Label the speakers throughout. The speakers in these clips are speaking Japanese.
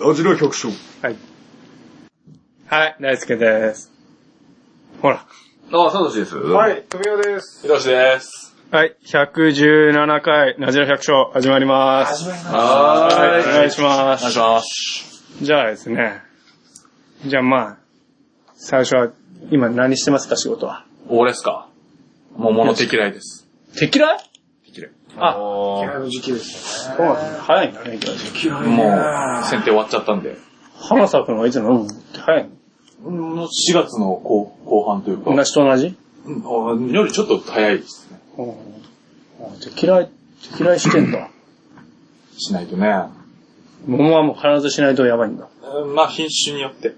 Speaker 1: ラジラ百姓。
Speaker 2: はい。はい、大輔です。ほら。
Speaker 3: ああ、サトシです。。
Speaker 4: はいい、富雄です。
Speaker 3: ひろしです。
Speaker 2: はい、117回、ラジラ百姓、始まります。はい、お
Speaker 3: は
Speaker 2: 願いしま
Speaker 3: い。お願い
Speaker 2: す。
Speaker 3: します。
Speaker 2: じゃあですね。じゃあまあ、最初は、今何してますか、仕事は。
Speaker 3: 俺ですかもう物手嫌いです。
Speaker 2: 敵嫌い
Speaker 3: 手嫌い。
Speaker 2: あ、
Speaker 4: 嫌いの時期です
Speaker 2: そうなんですね。早いんだね、嫌い。
Speaker 4: よね。
Speaker 3: もう、剪定終わっちゃったんで。
Speaker 2: 花咲くのはいつなのうんって早い
Speaker 3: 4月の後後半というか、
Speaker 2: の。同じと同じ
Speaker 3: うんよりちょっと早いですね。
Speaker 2: うん。敵嫌い、敵嫌いしてんだ。
Speaker 3: しないとね。
Speaker 2: 桃はもう必ずしないとやばいんだ。
Speaker 3: うんまあ品種によって。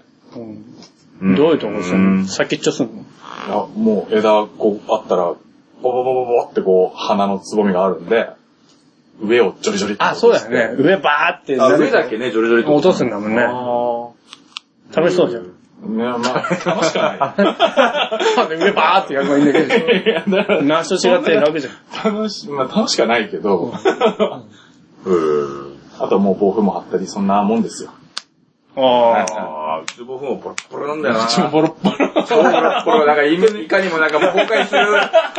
Speaker 2: うん。どういうところすんの先っちょすんの
Speaker 3: いやもう枝こうあったら、ボボボボボってこう花のつぼみがあるんで、上をジョリジョリって
Speaker 2: あ、そうだよね。上バーって。
Speaker 1: あ、上だけね、ジョリジョリって
Speaker 2: 落とすんだもんね。楽しそうじゃん。
Speaker 3: ね、まあ、楽し くは
Speaker 2: なんで上バーってやればいいんだけど。
Speaker 3: ない。いやだから
Speaker 2: 何と違って楽じゃん。
Speaker 3: 楽し、まあ楽しくはないけど、
Speaker 1: うん。
Speaker 3: あとはも う暴風も張ったり、そんなもんですよ。
Speaker 2: ああ。
Speaker 1: ああ、うちのボフもボロッボロなんだよな。
Speaker 3: うちもボロッボロ。
Speaker 1: ボロボロボロ、なんかいいかにもなんかもう崩壊する、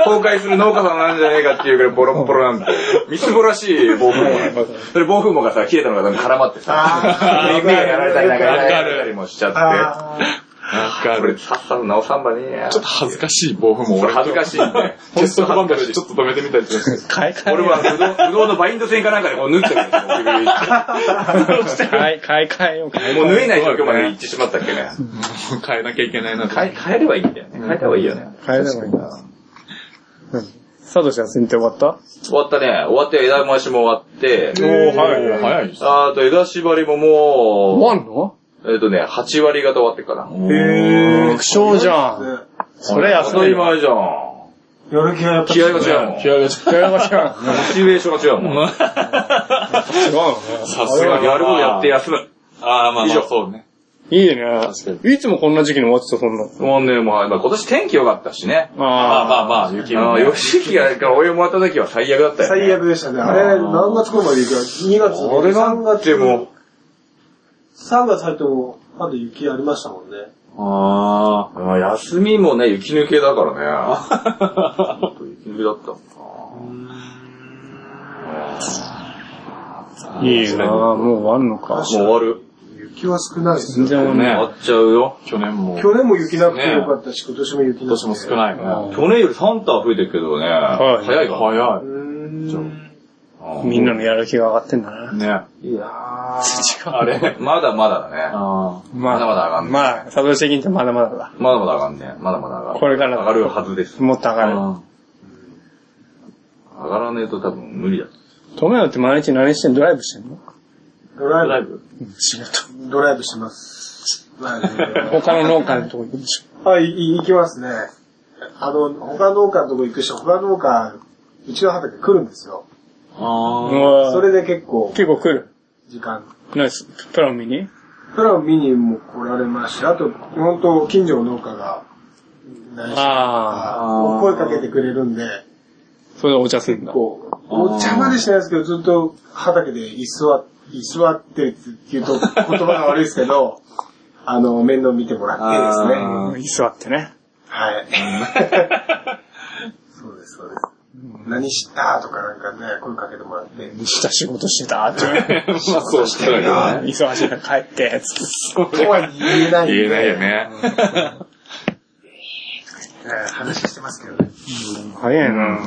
Speaker 1: 崩壊する農家さんなんじゃねえかっていうぐらいボロッボロなんだよ。みすぼらしい暴風網。それ暴風網がさ、切れたのがなんか絡まってさ、目目がやられたりなんかやられたりもしちゃって。
Speaker 4: あ
Speaker 3: なんかあ
Speaker 1: これ
Speaker 3: る。
Speaker 1: さっさと直さんばねえや。
Speaker 3: ちょっと恥ずかしい暴風も
Speaker 1: 俺
Speaker 3: 俺。
Speaker 1: 恥ずかしいんで。
Speaker 3: テストバンドでちょっと止めてみたりとかして。
Speaker 2: 買い替え。
Speaker 1: 俺はぶどう、ぶどうのバインド線かなんかでこう縫ってるんです
Speaker 2: 買い、買い替えようか。
Speaker 1: よ。もう縫えない状況まで行ってしまったっけね。
Speaker 3: もう変えなきゃいけないなと。
Speaker 1: 変え、変えればいいんだよね。変えた方がいいよね。
Speaker 2: 変えればいいんだ。うん。サトシは剪定終わった
Speaker 1: 終わったね。終わって枝回しも終わって、
Speaker 2: おー、
Speaker 3: おー
Speaker 2: い。
Speaker 3: 早いです。
Speaker 1: あと枝縛りもも
Speaker 2: 終わんの
Speaker 1: う、えっとね、8割方終わってっかな。
Speaker 2: へー、苦笑じゃん。それ
Speaker 1: 当
Speaker 2: 休
Speaker 1: た
Speaker 2: み
Speaker 1: り
Speaker 2: ま
Speaker 1: 前じゃん。
Speaker 4: やる気がやっぱ
Speaker 1: 気合が違うもん。モ
Speaker 3: 気合がち
Speaker 2: す。違いますよ。
Speaker 1: チベーションが違うも
Speaker 2: 違う
Speaker 1: ん。
Speaker 2: の
Speaker 3: さすがに
Speaker 1: やることやって休む。
Speaker 3: ああ、まあ
Speaker 1: 以
Speaker 3: まあ
Speaker 1: 上
Speaker 3: そうね。
Speaker 2: いいね。
Speaker 3: 確
Speaker 2: いつもこんな時期に終わってた、そんな。
Speaker 1: もうね、もう、まあ今年天気良かったしね。
Speaker 3: まあま
Speaker 2: あ
Speaker 3: あまあ、雪
Speaker 1: あ
Speaker 3: も
Speaker 1: あ、
Speaker 3: ね。
Speaker 1: 吉木がお湯もらった時は最悪だったよ。
Speaker 4: 最。悪でしたね。あれ、何月頃まで行くか ?2 月
Speaker 1: あれなんても
Speaker 4: 3月入っても、まだ雪ありましたもんね。
Speaker 3: あ
Speaker 1: う、うん休みもね、雪抜けだからね。雪抜けだったもん
Speaker 3: あ。
Speaker 2: いいなもう終わんの
Speaker 1: な。も
Speaker 2: か
Speaker 1: う。終わる。
Speaker 4: 雪は少ないです
Speaker 2: 全
Speaker 4: よ。
Speaker 2: 然終わんない。
Speaker 1: 終わっちゃうよ。
Speaker 3: 去年も、
Speaker 4: 去
Speaker 3: 今
Speaker 4: 年も雪なくてよかったし、今年も雪なく
Speaker 3: 年
Speaker 4: て。
Speaker 3: も少ないね。
Speaker 2: うん
Speaker 1: 去年よりサンタ増えてるけどね。
Speaker 2: はい
Speaker 1: 早いわ。
Speaker 3: 早
Speaker 4: うーん。
Speaker 1: う
Speaker 2: みんなのやる気が上がってんだな。
Speaker 3: い。ね。
Speaker 1: いやー
Speaker 3: あれ。
Speaker 1: まだまだだね。
Speaker 3: あ
Speaker 2: ま
Speaker 1: まだまだ上がんね
Speaker 2: まあ、サブシ的にってまだまだだ。
Speaker 1: まだまだ上がんね。まだまだ上がる。
Speaker 2: これからだ
Speaker 1: 上がるはずです。
Speaker 2: もっと上
Speaker 3: あ。
Speaker 2: がる。
Speaker 3: うん
Speaker 1: 上がらねえと多分無理だ。
Speaker 2: トメヨって毎日何してんのドライブしてんの
Speaker 4: ドライブ。
Speaker 1: ブ
Speaker 2: 仕事。
Speaker 4: ドライブします。
Speaker 2: 他の農家のとこ行くでし
Speaker 4: はい、い行きますね。あの、他の農家のとこ行くし、他の農家、うちの畑来るんですよ。
Speaker 2: ょ。
Speaker 3: あ
Speaker 4: そ
Speaker 2: それ
Speaker 4: れで結構、
Speaker 2: 結構来る。
Speaker 4: 時間。
Speaker 2: ナイス。プラ見に
Speaker 4: プラを見にも来られますし、あと、本当近所の農家が、内緒とか
Speaker 3: あー
Speaker 4: 声かけてくれるんで、
Speaker 2: それでお茶するんだ。
Speaker 4: こう、お茶までしないですけど、ずっと畑で居座居座ってっていうと言葉が悪いですけ ど、あの、面倒見てもらってですね。
Speaker 3: あ
Speaker 2: うん居座ってね。
Speaker 4: はい。 そうです、そうです。何したとかなんかね、声かけてもらって。
Speaker 2: 下仕事してたって。
Speaker 3: あ。まあそうしてるよね。
Speaker 2: 忙しいから帰って、つって。
Speaker 4: とは言えないんで。
Speaker 3: 言えないよね。
Speaker 4: うん。話してますけどね。
Speaker 2: 早いな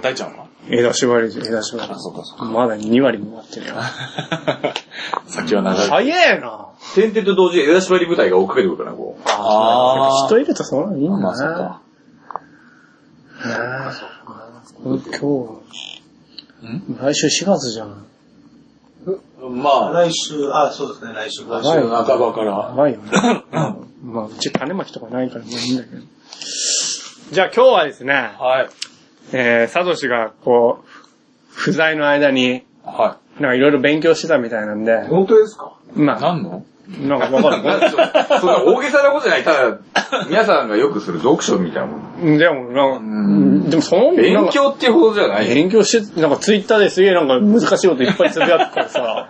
Speaker 3: 大ちゃんは
Speaker 2: 枝縛りじゃん、枝縛り。
Speaker 3: そうかそ
Speaker 2: まだ2割も終わ ってるよ。
Speaker 3: か。 先は長い。い。
Speaker 2: 早いな
Speaker 1: 点々と同時に枝縛り部隊が追っかけてくるからな、こう。
Speaker 3: あ
Speaker 2: 人いるとそうなのいいんだ
Speaker 3: あ。
Speaker 2: な。
Speaker 3: まあそうか。
Speaker 2: 今日、来週4月じゃん。
Speaker 3: まあ、
Speaker 4: 来週、あ、そうですね、来週。
Speaker 3: 来週の半ばか
Speaker 2: や
Speaker 3: ら。
Speaker 2: ばいよね。まあ、うち種まきとかないからもういいんだけど。じゃあ今日はですね、
Speaker 3: はい。
Speaker 2: えー、サトシがこう、不在の間に、
Speaker 3: は
Speaker 2: なんかいろいろ勉強してたみたいなんで、
Speaker 4: 本当ですか
Speaker 2: ま
Speaker 3: い。
Speaker 2: あ、
Speaker 3: 何の
Speaker 2: なんかわか
Speaker 1: なん
Speaker 2: る
Speaker 1: でしょうそんな大げさなことじゃない。ただ、皆さんがよくする読書みたいなもん。
Speaker 2: うん。でも、なんか、でもその、なん
Speaker 1: 勉
Speaker 2: か
Speaker 1: 強っていうほどじゃない。
Speaker 2: 勉強して、なんかツイッターですげえなんか難しいこといっぱいつぶやくからさ、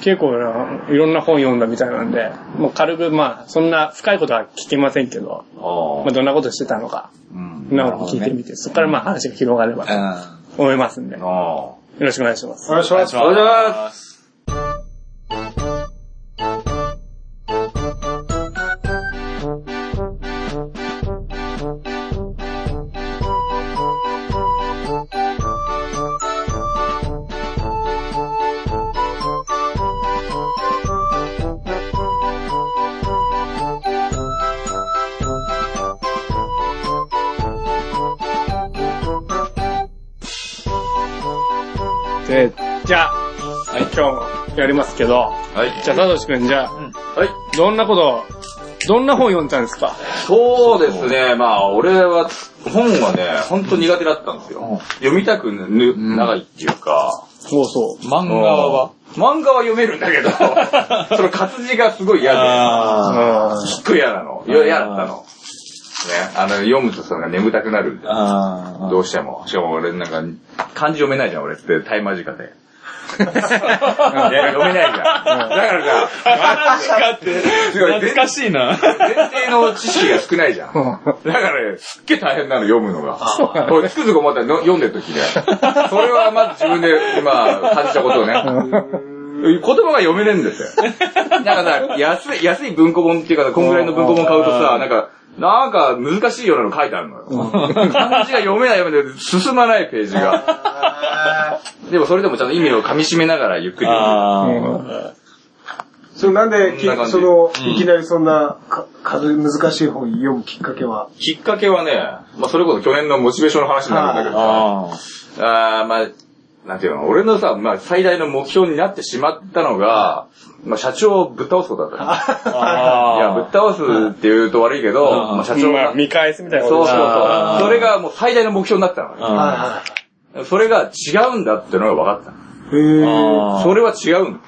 Speaker 2: 結構ないろんな本読んだみたいなんで、もう軽くまあ、そんな深いことは聞きませんけど、まあどんなことしてたのか、
Speaker 3: うん
Speaker 2: なのを聞いてみて、そこからまあ話が広がれば
Speaker 3: う
Speaker 2: と
Speaker 3: ん。
Speaker 2: 思いますんで、よ
Speaker 3: お
Speaker 2: ろしくお願いします。
Speaker 4: お願いします。
Speaker 1: お願いし
Speaker 3: す。
Speaker 2: で、じゃあ、今日もやりますけど、
Speaker 1: はい。
Speaker 2: じゃあ、サトシ君、じゃあ、
Speaker 1: はい。
Speaker 2: どんなこと、どんな本読んだんですか
Speaker 1: そうですね。まあ、俺は、本はね、本当苦手だったんです
Speaker 3: うん
Speaker 1: よ。読みたくぬ、長いっていうか。
Speaker 2: そうそ
Speaker 3: 漫画は
Speaker 1: 漫画は読めるんだけど、その活字がすごい嫌で、
Speaker 3: あ
Speaker 1: すっごい嫌なの。よ嫌だったの。ね、あの、読むとその眠たくなるんで
Speaker 3: ー。あー
Speaker 1: どうしても。しかも俺なんか、漢字読めないじゃん、俺って、タイ間近で。いや読めないじゃん。だからさ、
Speaker 3: マジかって、
Speaker 1: すごい
Speaker 3: 懐かしいな。
Speaker 1: 前提の知識が少ないじゃん。だからね、すっげえ大変なの読むのが。これつくづく思ったの読んでる時ね。それはまず自分で今感じたことをね。言葉が読めねえ んですよ。なんかさ、安い、安い文庫本っていうかさ、こんぐらいの文庫本買うとさ、なんか、なんか難しいようなの書いてあるのよ。漢字が読めない読めない進まないペー ジが。
Speaker 4: あ
Speaker 1: でもそれでもちゃんと意味を噛み締めながらゆっくり読む。
Speaker 3: あ
Speaker 4: ーそれなんで、
Speaker 1: こんな感じ
Speaker 4: その
Speaker 3: うん、
Speaker 4: いきなりそんな、か数難しい本読むきっかけは、
Speaker 1: きっかけはね、まあそれこそ去年のモチベーションの話になるんだけどさ、
Speaker 3: あー。
Speaker 1: あーまあ、なんていうの、俺のさ、まあ最大の目標になってしまったのが、まあ社長をぶっ倒すことだったの。いや、ぶっ
Speaker 3: あ
Speaker 1: 倒すって言うと悪いけど、
Speaker 3: うん
Speaker 1: まあ社
Speaker 2: う。
Speaker 1: 長
Speaker 2: ま
Speaker 1: が
Speaker 2: あ、。見返すみたいなこと
Speaker 1: そうそうそ
Speaker 3: あ
Speaker 1: う。
Speaker 3: ー
Speaker 1: それがもう最大の目標になったのね。
Speaker 3: あ。
Speaker 4: は
Speaker 1: それが違うんだってのが分かっ
Speaker 4: いはい。へー。
Speaker 1: た
Speaker 3: あ
Speaker 1: の。
Speaker 3: ー
Speaker 1: それは違うんだ。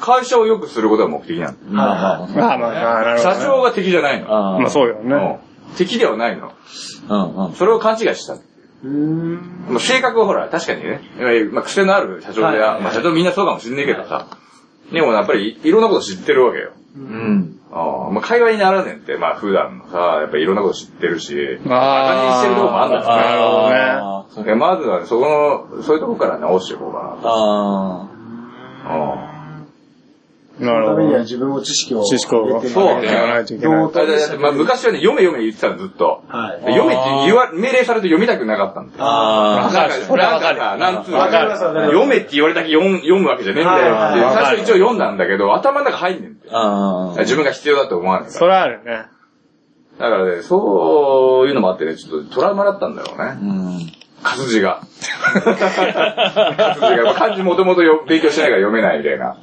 Speaker 1: 会社を良くすることが目的なの。
Speaker 3: まあ
Speaker 2: まあまあまあ、なるほど
Speaker 1: 社
Speaker 2: ね。
Speaker 1: 長が敵じゃないの。
Speaker 3: まあ
Speaker 2: まあそうよ
Speaker 1: う
Speaker 2: ね。
Speaker 1: ん敵ではないの。
Speaker 3: うんうん。
Speaker 1: それを勘違いした。
Speaker 4: うーん。
Speaker 1: まあ、性格はほら、確かにね、まあ、癖のある社長
Speaker 3: はい
Speaker 1: で、
Speaker 3: はいはい
Speaker 1: まあ、社長みんなそうかもしんねえけどさ、でもやっぱりいろんなこと知ってるわけよ。
Speaker 3: うん。
Speaker 1: ああまあ、会話にならねえって、まあ、普段のさ、やっぱりいろんなこと知ってるし、
Speaker 2: あ
Speaker 1: バカにしてるとこもあんだ
Speaker 2: なるほどね。
Speaker 3: ほ
Speaker 1: でまずはね、そこの、そういうとこから直していこうか
Speaker 3: あ
Speaker 1: な。う
Speaker 2: な
Speaker 1: ん
Speaker 4: そ
Speaker 2: る
Speaker 4: の
Speaker 2: ほ
Speaker 4: ためには
Speaker 2: ど。
Speaker 4: 自分も知識を
Speaker 2: 知識を
Speaker 4: 入れて
Speaker 2: そう
Speaker 1: ね
Speaker 2: やらないといけ
Speaker 4: ど
Speaker 2: な
Speaker 4: う
Speaker 2: い。
Speaker 1: だからだってまあ、昔はね、読め読め言ってたのずっと。
Speaker 4: はい。
Speaker 1: で読めって言わ、命令されて読みたくなかったんだ
Speaker 3: ー
Speaker 1: よ。
Speaker 3: あ
Speaker 1: なん
Speaker 3: ー。
Speaker 1: か
Speaker 2: それはわかる
Speaker 1: なんかさなんつうの
Speaker 4: わかりますわかります
Speaker 1: 読めって言われたけ読む読むわけじゃねえんだよ
Speaker 4: はい
Speaker 1: って
Speaker 4: はい
Speaker 2: はい
Speaker 1: 最初一応読んだんだけど、頭の中入んねんだよ。
Speaker 3: あー
Speaker 1: 自分が必要だと思わないから
Speaker 2: そ。れはあるね。
Speaker 1: だからね、そういうのもあってね、ちょっとトラウマだったんだろうね。
Speaker 3: うん。
Speaker 1: 活字が。活字が。まあ漢字もともとよ勉強してないから読めないみたいな。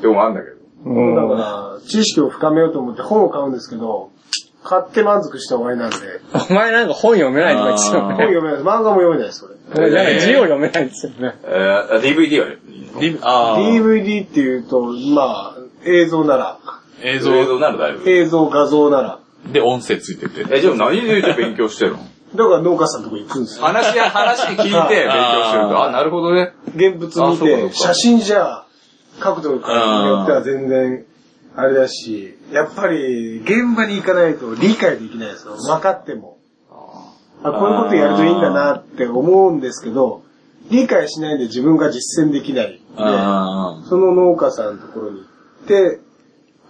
Speaker 1: でもあんだけど。
Speaker 2: うん。
Speaker 4: だから、知識を深めようと思って本を買うんですけど、買って満足して終わりなんで、
Speaker 2: お前なんか本読めないとか言ってたもん
Speaker 4: 本
Speaker 2: ね。
Speaker 4: 読めないです。漫画も読めないです、これ。
Speaker 2: 俺なんか字を読めないんですよね。
Speaker 1: えー、DVD はね、
Speaker 3: リあー
Speaker 4: DVD っていうと、まあ、映像なら、
Speaker 3: 映
Speaker 1: 映
Speaker 3: 像
Speaker 1: 像ならだいぶ。
Speaker 4: 映像、画像なら、
Speaker 3: で音声ついてて。
Speaker 1: え、じゃあ何でじゃあ勉強してるの
Speaker 4: だから農家さんのとこ行くんですよ。
Speaker 1: 話や話聞いて勉強してると、あ、なるほどね。
Speaker 4: 現物
Speaker 1: あ
Speaker 4: 見
Speaker 1: そうかそう
Speaker 4: て、
Speaker 1: か
Speaker 4: 写真じゃ、角度によっては全然、あれだし、やっぱり現場に行かないと理解できないですよ。分かっても。あこういうことやるといいんだなって思うんですけど、理解しないで自分が実践できない。
Speaker 3: あ
Speaker 4: その農家さんのところに行って、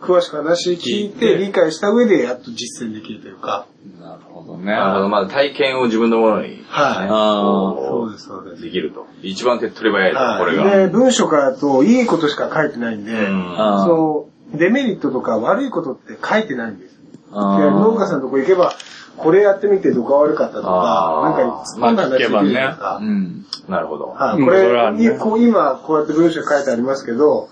Speaker 4: 詳しく話聞いて理解した上でやっと実践できるというか。
Speaker 3: ーなるほどね。
Speaker 1: なるほど、まあ体験を自分のものに
Speaker 4: は
Speaker 3: あ
Speaker 4: い。
Speaker 1: ー
Speaker 4: そうです、そうです
Speaker 1: で。きると。一番手っ取り早い
Speaker 4: は
Speaker 1: と、
Speaker 4: い
Speaker 1: これが。
Speaker 4: で、文章からだといいことしか書いてないんで、
Speaker 1: うん
Speaker 3: あー
Speaker 4: その、デメリットとか悪いことって書いてないんです。で
Speaker 3: あー
Speaker 4: 農家さんのとこ行けば、これやってみてどこが悪かったとか、
Speaker 1: あ
Speaker 4: な
Speaker 1: ー
Speaker 4: んか突っ込んだ話できるじゃないですか。
Speaker 3: うん。
Speaker 1: なるほど。
Speaker 4: は
Speaker 2: う
Speaker 4: い、
Speaker 2: ん
Speaker 4: こ
Speaker 2: それは
Speaker 4: れ、
Speaker 2: ね
Speaker 4: いこう今こうやって文章書いてありますけど、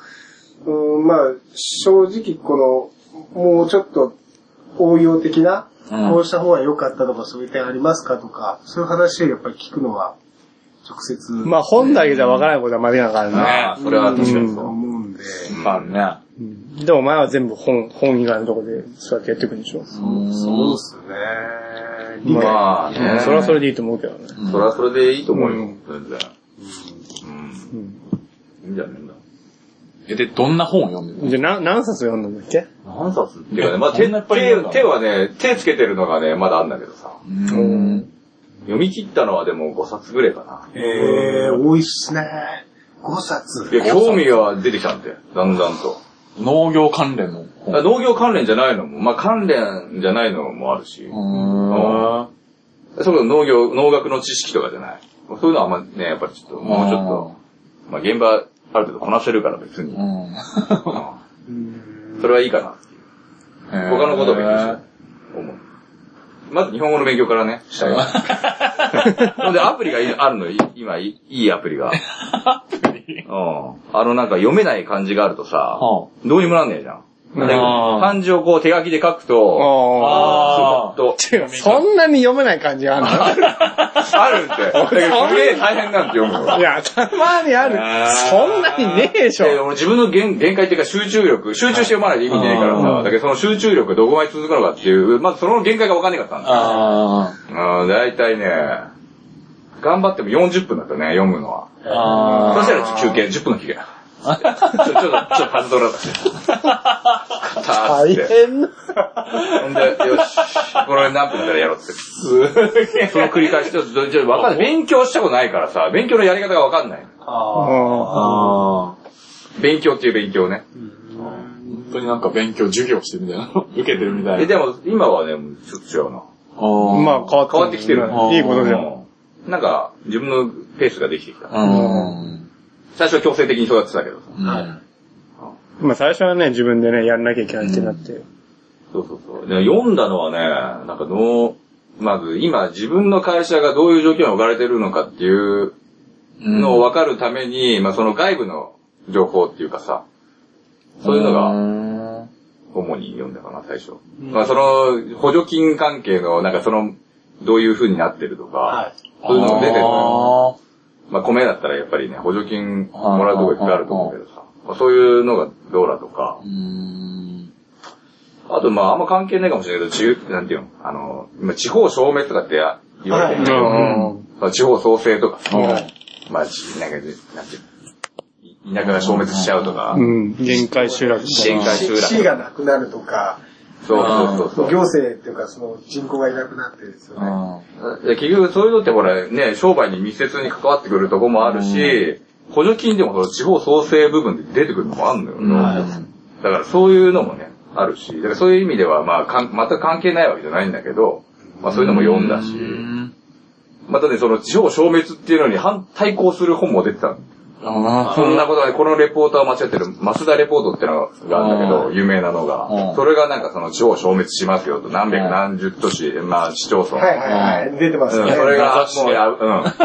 Speaker 4: うん、まあ、正直この、もうちょっと応用的な、
Speaker 3: うん
Speaker 4: こうした方が良かったとかそういう点ありますかとか、そういう話やっぱり聞くのは、直接、
Speaker 2: まあ本だけじゃわからないことは間違いなからね。
Speaker 1: ああ、それは確かにそう。
Speaker 4: 思うんで、
Speaker 3: まあね。
Speaker 2: うんでもお前は全部本、本以外のところでそうやってやっていくんでしょ。
Speaker 4: そうですね。理解
Speaker 1: まあ
Speaker 2: うん
Speaker 1: ね。
Speaker 2: それはそれでいいと思うけどね。
Speaker 1: それはそれでいいと思う
Speaker 2: う
Speaker 1: よ、
Speaker 2: ん
Speaker 1: 全然。うん。いいんじゃねえんだ。
Speaker 3: え、で、どんな本を読んでるの
Speaker 2: で、な、何冊読んだんだっけ
Speaker 1: 何冊っていうかね、まあ、
Speaker 3: そ
Speaker 1: 手、
Speaker 3: んないっぱいいるんだ
Speaker 1: 手手はね、手つけてるのがね、まだあんだけどさ。
Speaker 3: うん。
Speaker 1: 読み切ったのはでも5冊ぐらいかな。
Speaker 4: えー、多いっすね。5冊。
Speaker 1: いや、興味が出てきたんだよ。だんだんと。
Speaker 3: 農業関連の
Speaker 1: だから
Speaker 3: 本。
Speaker 1: 農業関連じゃないのも、まあ関連じゃないのもあるし、
Speaker 3: うーん。
Speaker 1: それこそ農業、農学の知識とかじゃない。そういうのはあんまね、やっぱりちょっと、もうちょっと、まあ現場ある程度こなせるから別に。
Speaker 3: と。うん。
Speaker 4: うん
Speaker 1: それはいいかなっていう。他のことを勉強しよう思う。まず日本語の勉強からね、した いわ。ほんで、アプリがいあるのよ、い今、いいいアプリが。うん。あの、なんか読めない漢字があるとさ、
Speaker 3: は
Speaker 1: どうにもなんねえじゃん。
Speaker 2: うん
Speaker 1: で漢字をこう手書きで書くと、
Speaker 2: ああ。
Speaker 1: あ
Speaker 3: あ
Speaker 1: と、
Speaker 2: そんなに読めない感じがある
Speaker 1: あるって。だけどすげえ大変なんて読む
Speaker 2: の い
Speaker 1: の。
Speaker 2: や、たまにある
Speaker 3: あ。ー
Speaker 2: そんなにねえで し
Speaker 1: いやいや
Speaker 2: ょ。
Speaker 1: 俺自分の限限界っていうか集中力、集中して読まないと意味ないから
Speaker 3: あ
Speaker 1: さ、
Speaker 3: ー
Speaker 1: だけどその集中力がどこまで続くのかっていう、まずその限界が分かんなかったんだよ
Speaker 3: あ
Speaker 1: うん、大体ね、頑張っても40分だったね、読むのは。
Speaker 3: ーあー。
Speaker 1: そしたら休憩、10分の休憩。ちょ、ちょっと、ちょっとパズドラだって。たーっつ
Speaker 2: 大
Speaker 1: って。
Speaker 2: 変な。
Speaker 1: ほんで、よし、これ何分だったらやろうっつって。その繰り返し、ちょっと、ちょっとわかんない。勉強したことないからさ、勉強のやり方がわかんない。
Speaker 4: あ
Speaker 2: あ
Speaker 3: あー。
Speaker 1: 勉強っていう勉強ね。
Speaker 3: 本当になんか勉強、授業してるみたいな。受けてるみた
Speaker 1: え、
Speaker 3: いな。
Speaker 1: でも、今はね、もうちょっと違うな。
Speaker 2: ー
Speaker 3: ま
Speaker 2: まあ変わって
Speaker 1: 変わってきてる
Speaker 2: いいことじゃん。
Speaker 1: うん。なんか、自分のペースができてきた。
Speaker 3: うん。
Speaker 1: 最初は強制的にそうやってたけどさ。
Speaker 3: うん。
Speaker 2: まあ最初はね、自分でね、やんなきゃいけないってなって。
Speaker 1: そうそうそう。で読んだのはね、なんかの、まず今自分の会社がどういう状況に置かれてるのかっていうのを分かるために、まあその外部の情報っていうかさ、そういうのが
Speaker 3: が。
Speaker 1: 主に読んだかな、最初。まあその補助金関係の、なんかその、どういう風になってるとか、
Speaker 4: はい
Speaker 1: そういうのが出てるのよ。
Speaker 3: あ
Speaker 1: まあ米だったらやっぱりね、補助金もらうとこいっぱいあると思うけどさ、まあ、そういうのがどうだとか
Speaker 3: ー。う、ん。
Speaker 1: あと、まあ、あんま関係ないかもしれないけど、地なんていうのあの、今、地方消滅とかってや言われてるけ
Speaker 2: う
Speaker 1: ど、
Speaker 2: んうん。
Speaker 1: まあ地方創生とかさ、
Speaker 3: はい
Speaker 1: まあ、ちなんか、なんていうの田舎が消滅しちゃうとか、
Speaker 2: うん。限界集落
Speaker 1: 支援会集
Speaker 4: ー。
Speaker 1: 落
Speaker 4: C がなくなるとか、
Speaker 1: そうそうそうそう
Speaker 4: 行政っていうかその人口がいなくなってですよね。
Speaker 3: あ
Speaker 1: いや。結局、そういうのってほら、ね、商売に密接に関わってくるとこもあるし、補助金でもその地方創生部分で出てくるのもあるのよ。
Speaker 4: は
Speaker 1: だからそういうのもね、あるし、だからそういう意味では、まあ、かん全く関係ないわけじゃないんだけど、まあそういうのも読んだし、またね、その地方消滅っていうのに反対抗する本も出てたの。
Speaker 3: あ
Speaker 1: そんなことはね、このレポーターを間違ってる、マスダレポートってのがあるんだけど、
Speaker 3: う
Speaker 1: 有名なのが
Speaker 3: う、ん
Speaker 1: それがなんかその地方消滅しますよと、何百
Speaker 3: うん
Speaker 1: 何十都市、まあ市町村。
Speaker 4: いはいはい。出て
Speaker 1: うん
Speaker 4: ますね。
Speaker 1: それが、
Speaker 3: 雑誌
Speaker 1: もう
Speaker 3: で
Speaker 1: あうん、危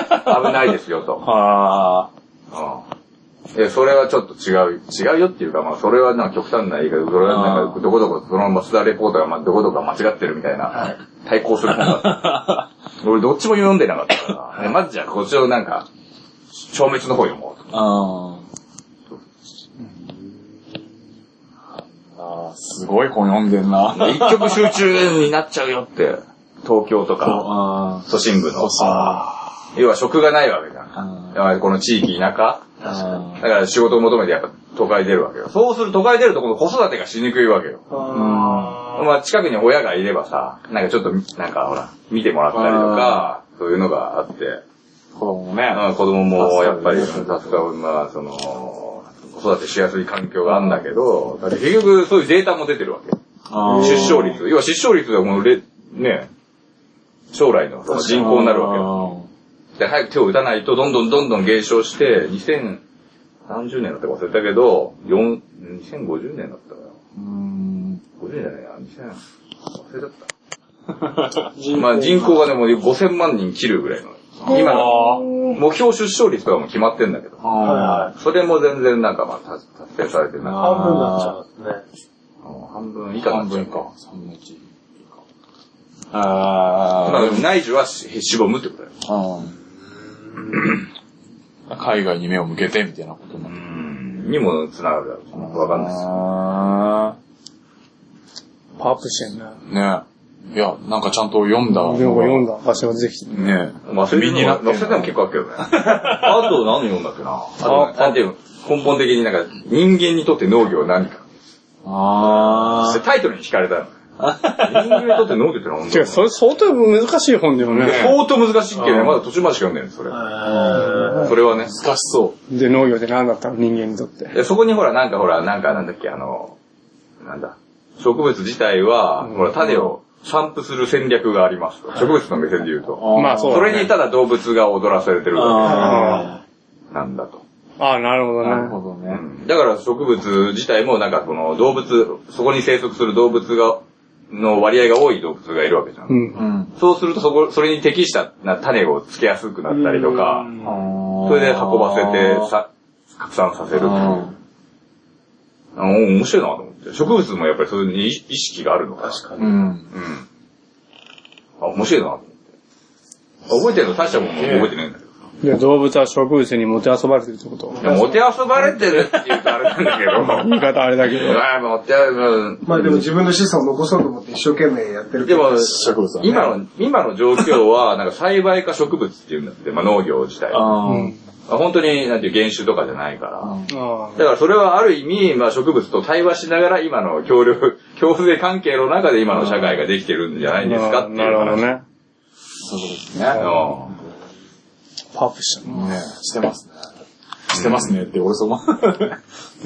Speaker 1: ないですよと。
Speaker 3: あ
Speaker 1: うんいや、それはちょっと違う、違うよっていうか、まあ、それはなんか極端な言い方、それはなんか、どこどこ、その松田レポーターが、まあ、どこどこが間違ってるみたいな、対抗する本だった。 俺、どっちも読んでなかったから、ねまずじゃあ、こっちをなんか、消滅の方読もうと。
Speaker 3: あああ、すごい本読んでんな。
Speaker 1: 一曲集中になっちゃうよって、東京とか、
Speaker 3: あ
Speaker 1: 都心部の
Speaker 3: 都、心
Speaker 1: 要は職がないわけじゃん。
Speaker 3: あ
Speaker 1: だからこの地域、田舎、
Speaker 3: あ
Speaker 1: だから仕事を求めてやっぱ都会出るわけよ。そうすると都会出ると、この子育てがしにくいわけよ。
Speaker 4: あ
Speaker 1: まあ近くに親がいればさ、なんかちょっとみ、なんかほら、見てもらったりとか、そういうのがあって、
Speaker 3: 子供ね。
Speaker 1: うん子供もやっぱり、
Speaker 3: 助
Speaker 1: 助
Speaker 3: か
Speaker 1: か
Speaker 3: る
Speaker 1: る、まあその、子育てしやすい環境があるんだけど、だって結局そういうデータも出てるわけ。出生率。要は出生率がもうれ、ね、将来のその人口になるわけよ。で、早く手を打たないと、どんどんどんどん減少して、2030年だったか忘れたけど、4 2050年だったかな。50年じゃないな、2000、忘れちゃった。
Speaker 4: ー
Speaker 1: まあ人口がね、もう5000万人切るぐらいの。今の、目標出生率とかも決まってんだけど。
Speaker 3: あ
Speaker 1: それも全然なんかまあ達達成されてない。
Speaker 4: 半分になっちゃうんですね。
Speaker 1: うん半分以
Speaker 3: 以
Speaker 1: 下
Speaker 3: 下
Speaker 1: に
Speaker 3: 半
Speaker 1: なっちゃう
Speaker 3: 分か。三分の一。あ
Speaker 1: まあ内需はししぼむってことだよ。
Speaker 3: 海外に目を向けてみたいなことも。
Speaker 1: にも繋がるだろうしなわかんないです。
Speaker 3: あ
Speaker 2: パワーアップしてんな。
Speaker 3: ーねいや、なんかちゃんと読んだ。
Speaker 2: でも読んだ場所が出てきて。
Speaker 3: ね
Speaker 1: 忘れて
Speaker 3: 身になって
Speaker 1: も
Speaker 3: る
Speaker 1: 忘れても結構あるけどね。あと何読んだっけな。あとね、探偵根本的になんか、人間にとって農業は何か。
Speaker 3: あ
Speaker 1: でタイトルに惹かれたの。人間にとって農業ってのは本
Speaker 2: 違う、それ相当難しい本だよね。
Speaker 1: 相当難しいっけどね、まだ途中までしか読んでるそれ。それはね。
Speaker 3: 難しそ
Speaker 2: で、農業って何だったの人間にとって。
Speaker 1: でそこにほら、なんかほら、なんかなんだっけ、あの、なんだ、植物自体は、ほら、種を散布する戦略がありますと。植物の目線で言うと。
Speaker 3: う。
Speaker 2: まあそう
Speaker 1: そ
Speaker 2: だね
Speaker 1: れにただ動物が踊らされてるわ
Speaker 3: あ
Speaker 1: けなんだと。
Speaker 2: ああ、なるほど
Speaker 3: ー
Speaker 2: ね。
Speaker 3: なるほど
Speaker 1: う
Speaker 3: ね。
Speaker 1: んだから植物自体もなんかこの動物、そこに生息する動物が、の割合が多い動物がいるわけじゃん。
Speaker 2: うん。
Speaker 3: ん。
Speaker 1: そうするとそこ、それに適したな種をつけやすくなったりとか、それで運ばせてさ、拡散させるっていう
Speaker 3: うん
Speaker 1: あの面白いなと思って。植物もやっぱりそういう意識があるのかな。
Speaker 4: 確か
Speaker 3: う
Speaker 4: に。
Speaker 3: ん。
Speaker 1: うん。あ、面白いなと思って。覚えてるの大したもん覚えてないんだけど。
Speaker 2: で、動物は植物にもてあそばれてるってこと
Speaker 1: いや、もてあそばれてるっていうとあれなんだけ ど。
Speaker 2: 言い方あれだけ ど。
Speaker 1: まあ、もてあうん
Speaker 4: まあでも自分の子孫を残そうと思って一生懸命やってるけ
Speaker 1: で
Speaker 4: ど。
Speaker 1: も、
Speaker 3: 植物だね。
Speaker 1: 今の、今の状況は、なんか栽培か植物っていうんだって、まあ農業自体。まあ
Speaker 3: あー
Speaker 2: うん
Speaker 1: 本当に、なんていう原種とかじゃないから。
Speaker 3: あー
Speaker 2: あ
Speaker 1: だからそれはある意味、まあ植物と対話しながら今の協力、 共生関係の中で今の社会ができてるんじゃな
Speaker 2: あ。
Speaker 1: いですかっていう話。
Speaker 2: なるほどね。
Speaker 3: そういうことです
Speaker 1: あ
Speaker 3: ね。
Speaker 1: の
Speaker 2: パープしたな。
Speaker 3: ねしてますね。してますねって、俺そ こ。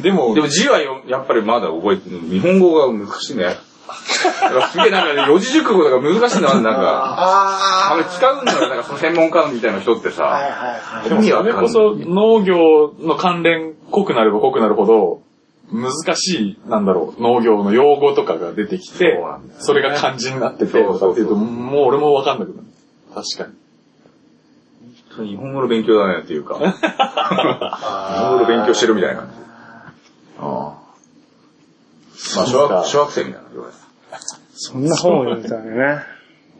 Speaker 3: でも、
Speaker 1: でも字はよやっぱりまだ覚えて、日本語が難しいね。すげえなんかね、四字熟語とか難しいんだな、なんか。あれ
Speaker 4: あ
Speaker 1: 使うんだよ、なんかその専門家みたいな人っ
Speaker 4: あ。
Speaker 1: て
Speaker 4: はい
Speaker 1: さ。
Speaker 4: はいはい。
Speaker 3: でもそれこそ農業の関連濃くなれば濃くなるほど、難しい、なんだろう、農業の用語とかが出てきて
Speaker 1: そうなんだよ、ね
Speaker 3: それが漢字になってて、
Speaker 1: そうそうそう
Speaker 3: とかっていうと、もう俺もわかんなくなる。確かに。
Speaker 1: 日本語の勉強だねって いうか。日本語の勉強してるみたいな感じ。ああ。まあ小学、小学生みたいな感じ俺
Speaker 2: そんな本を読んでたんだね。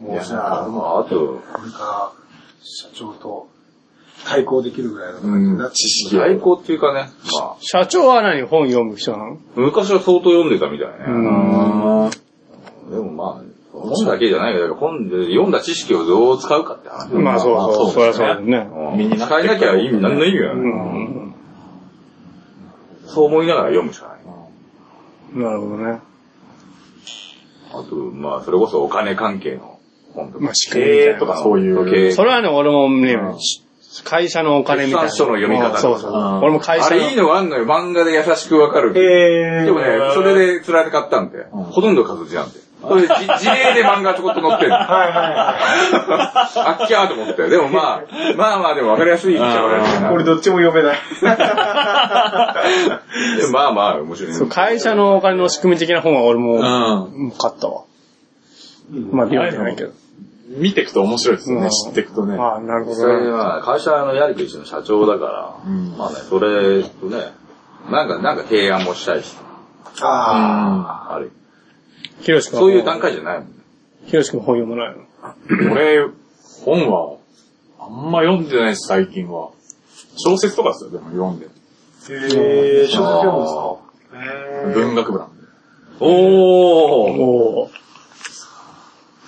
Speaker 4: もうじ
Speaker 1: あ
Speaker 4: ゃあ、
Speaker 1: まあ、あと、
Speaker 4: これから社長と対抗できるぐらいの感じにな
Speaker 3: う
Speaker 4: っ
Speaker 3: ん、
Speaker 4: て
Speaker 3: 知識が。
Speaker 1: 最高っていうかね、まあ、
Speaker 2: 社長は何本読む人なの
Speaker 1: 昔は相当読んでたみたいね。
Speaker 3: うん
Speaker 1: でもまあ、本だけじゃないけど、本で読んだ知識をどう使うかって話。
Speaker 2: まあそうそう、そり
Speaker 3: ま
Speaker 2: ゃ
Speaker 3: あ
Speaker 2: そう
Speaker 3: そう
Speaker 2: だ
Speaker 3: ですね
Speaker 2: よね。
Speaker 3: 身になって
Speaker 1: 使
Speaker 3: る
Speaker 1: えなきゃ意味、何の意味が
Speaker 2: う
Speaker 1: ない。
Speaker 2: ん。
Speaker 1: そう思いながら読むしかない。
Speaker 2: なるほどね。
Speaker 1: あと、まあ、それこそお金関係の本とか
Speaker 2: まあ、。仕
Speaker 3: 経
Speaker 2: 組みみたい
Speaker 3: 営
Speaker 2: な
Speaker 3: とかそういう。
Speaker 1: 経営
Speaker 2: それはね、俺もね
Speaker 3: う、ん
Speaker 2: し会社のお金みたいな。
Speaker 1: 決算書の読み方
Speaker 2: そうそうそう。
Speaker 3: うん
Speaker 2: 俺も会
Speaker 1: あ
Speaker 2: 社の
Speaker 1: れいいのがあんのよ、漫画で優しくわかる。
Speaker 4: え
Speaker 1: でもね、それで釣られて買ったんで、
Speaker 3: ん
Speaker 1: ほとんど活字なんで。それでじ事例で漫画ちょこっと載ってんの。
Speaker 4: はいはいは
Speaker 1: あっきゃーと思って。でもまあ、まあまあでもわかりやすいっちゃわかりやすい
Speaker 4: い。
Speaker 1: な。
Speaker 4: 俺どっちも読めない。
Speaker 1: でまあまあ面白いね。
Speaker 2: そう会社のお金の仕組み的な本は俺も
Speaker 3: うん。
Speaker 2: うん買ったわ。まあ、読んでないけど。
Speaker 3: 見ていくと面白いですよ
Speaker 2: うん
Speaker 3: ね、知っていくとね。
Speaker 2: ああ、なるほ
Speaker 1: それ
Speaker 2: どね。
Speaker 1: は会社のやりくりしての社長だから、
Speaker 3: うん
Speaker 1: まあね、それとね、なんか、なんか提案もしたいし、
Speaker 4: あ
Speaker 1: あれ。
Speaker 2: ひろしくんは
Speaker 1: そういう段階じゃないもんね。
Speaker 2: ひろしくん本読まないの
Speaker 3: 俺、本は、あんま読んでないです、最近は。小説とかですよ、でも読んで。
Speaker 4: あ。へえ、小説読むんですか
Speaker 3: 文学部なんで。
Speaker 1: おー。
Speaker 2: おお。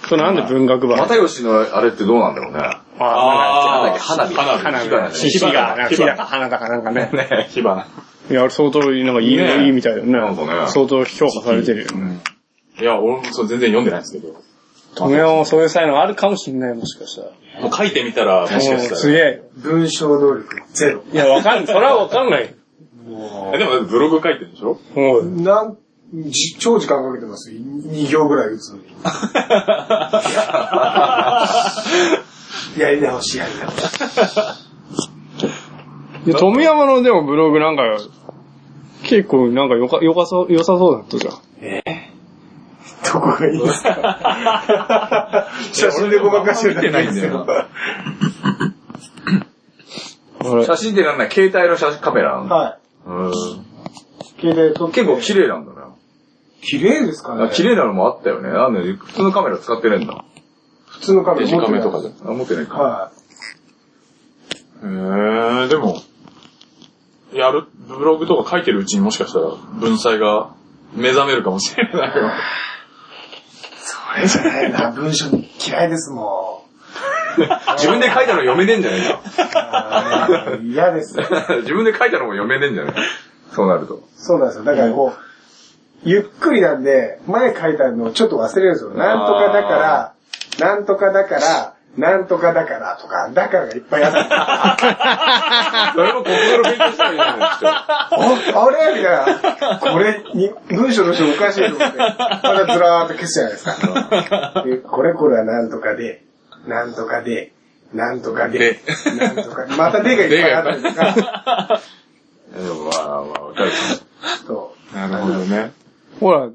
Speaker 2: そうなんで文学部
Speaker 1: 又吉のあれってどうなんだろうね。
Speaker 2: あ
Speaker 1: なんだっけ花火。
Speaker 3: 花火
Speaker 2: 花火
Speaker 1: 火花
Speaker 2: が、
Speaker 1: ね
Speaker 2: 火火が、なんか火だか花だかなんかね。
Speaker 1: ね。
Speaker 3: 火花。
Speaker 2: いや、相当、なんかいい、
Speaker 3: ねえ
Speaker 2: いいみたいだよね。
Speaker 1: なんかね
Speaker 2: 相当評価されてるよね。
Speaker 3: いや、俺もそう全然読んでないんですけど。
Speaker 2: とめもそういう才能あるかもしれない、もしかしたら。
Speaker 3: もう書いてみたら、もしか
Speaker 2: もう
Speaker 3: し
Speaker 2: す
Speaker 3: たら。
Speaker 2: げえ。
Speaker 4: 文章能力ゼロ。
Speaker 2: いや、わかんない。それはわかんない。
Speaker 3: えでもブログ書いてるんでしょ
Speaker 2: も う、
Speaker 4: なん、じ超時間かけてますよ。2行ぐらい打つのに。やり直しやり直し。
Speaker 2: いや、富山のでもブログなんか、結構なんかよか、よかそう、良さそうだったじゃん。
Speaker 4: どこがいいです か写真でごまかしてるだけです
Speaker 3: いや俺でもあんま見てないん
Speaker 4: よ
Speaker 3: だ。
Speaker 2: あれ
Speaker 1: 写真ってなんだ、携帯の写真カメラなんだ。
Speaker 4: は
Speaker 1: うん
Speaker 4: い。綺麗と
Speaker 1: 結構綺麗なんだな。
Speaker 4: 綺麗ですか
Speaker 1: あ
Speaker 4: ね
Speaker 1: 綺麗なのもあったよね。なんで普通のカメラ使ってないんだ。
Speaker 4: 普通のカメラ
Speaker 3: デジ
Speaker 4: 持って
Speaker 3: カ
Speaker 4: ない
Speaker 3: メとかで。へ
Speaker 1: あ持ってないか。
Speaker 4: は
Speaker 3: えー、でも、やる、ブログとか書いてるうちにもしかしたら、文才が目覚めるかもしれないよ。
Speaker 4: い。これじゃないな、文章嫌いですもん。
Speaker 1: 自分で書いたの読めねえんじゃねえ
Speaker 4: あー嫌です。
Speaker 1: か。 自分で書いたのも読めねえんじゃないそうなると。
Speaker 4: そうなんですよ。だからこう、ゆっくりなんで、前書いたのをちょっと忘れるんですよ。なんとかだから、なんとかだから、なんとかだからとか、だからがいっぱい あって。
Speaker 1: それも国語の勉強したらいいじゃないですか。
Speaker 4: おあれみたいな。これに、文章の人おかしいと思って、まだずらーっと消すじゃないですか。でこれこれはなんとかで、なんとかで、なんとかで、なんとかで、またでがいっぱいあったりとか、
Speaker 1: でもまあまあ、わかる。
Speaker 4: そ
Speaker 3: なるほどね。
Speaker 2: ほら、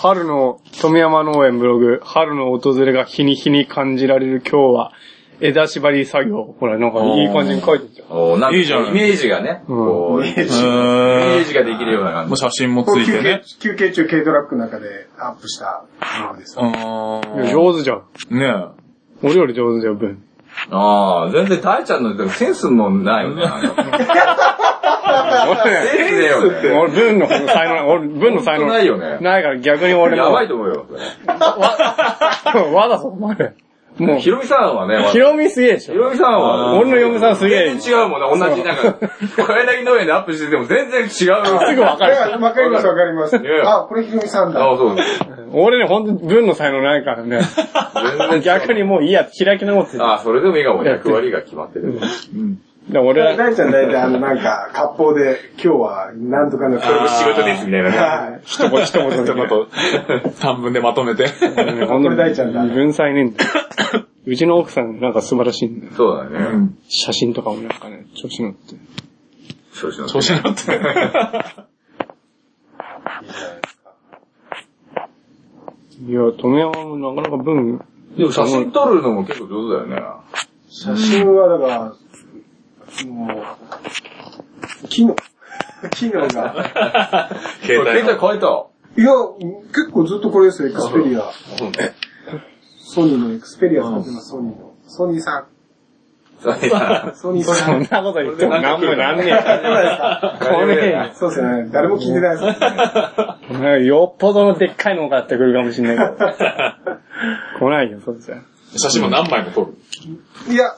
Speaker 2: 春の富山農園ブログ、春の訪れが日に日に感じられる今日は、枝縛り作業。ほら、なんかいい感じに書いてるじゃん。
Speaker 1: おーなんか
Speaker 3: いいじゃん
Speaker 1: イメージがね、こう、イメ
Speaker 3: う
Speaker 1: ー
Speaker 3: ー
Speaker 1: ジができるような感
Speaker 3: ん。もう
Speaker 1: じ。
Speaker 3: 写真も
Speaker 4: う。
Speaker 3: つ
Speaker 4: これ
Speaker 3: い
Speaker 4: 休
Speaker 3: てね
Speaker 4: 憩。、休憩中軽トラックの中でアップしたものです
Speaker 3: う。
Speaker 2: いや
Speaker 3: ーん。
Speaker 2: 上手じゃん。
Speaker 3: ね
Speaker 2: 俺より上手だよ、文。
Speaker 1: ああ、全然大ちゃんのセンスもない よね。あれセンスねえよね。
Speaker 2: 俺、文の才能ない、 俺、文の才能
Speaker 1: ないよね
Speaker 2: ないから逆に俺も。
Speaker 1: やばいと思うよ。
Speaker 2: わざそこまで。もう、
Speaker 1: ひろみさんはね、わ
Speaker 2: ひろみすげえでし
Speaker 1: ひろ
Speaker 2: ょ。
Speaker 1: みさんは、
Speaker 2: 俺の嫁さんすげえ。
Speaker 1: 全然違うもんね、同じ、なんか、小柳農園でアップしてても全然違う。すぐ
Speaker 2: わかる
Speaker 4: いやわかりますわかります。
Speaker 1: いや
Speaker 4: あ、これひろみさんだ。
Speaker 1: ああ、そうで
Speaker 2: 俺ね、ほんと文の才能ないからね。
Speaker 1: す。
Speaker 2: 逆にもういいや、開き直ってる。
Speaker 1: ああ、それでもいいかも。役割が決まってる。
Speaker 2: で俺は、
Speaker 4: 大ちゃん大体あのなんか、割烹で、今日はなんとかの
Speaker 1: これ仕事です、みたいなね。
Speaker 4: はい。
Speaker 2: 一言一言
Speaker 3: え。
Speaker 2: で
Speaker 3: ちょっ。と、短文でまとめて。
Speaker 2: うん
Speaker 4: これ大ちゃんだ
Speaker 2: 文才ねえんだよ。うちの奥さんなんか素晴らしいんだよ。
Speaker 1: そうだ
Speaker 3: う
Speaker 1: ね。
Speaker 3: ん。
Speaker 2: 写真とかもなんかね、調子乗って。
Speaker 1: 調子乗って
Speaker 3: 調子乗ってる。
Speaker 2: いや、富山もなかなか文、
Speaker 1: でも写真撮るのも結構上手だよね。
Speaker 4: 写真はだから、もう、機能、機能が。
Speaker 1: 携帯。携
Speaker 3: 携
Speaker 1: 帯変え
Speaker 4: い
Speaker 1: た。
Speaker 4: や、結構ずっとこれですよ、エクスペリア。
Speaker 1: そうね。
Speaker 4: ソニーのエクスペリア使ってます、ソニーの。ソニーさん。ソニーさ
Speaker 2: そん
Speaker 4: ん。
Speaker 2: なこと言ってもなんもなんねえ
Speaker 4: そうで
Speaker 2: か
Speaker 4: すか。
Speaker 2: ら。これね、
Speaker 4: そうですね。誰も聞いてないですね。
Speaker 2: なんかよっぽどのでっかいのが買ってくるかもしん ないけど。来ないよ、そうじゃん。
Speaker 3: 写真も何枚も撮る。
Speaker 4: いや、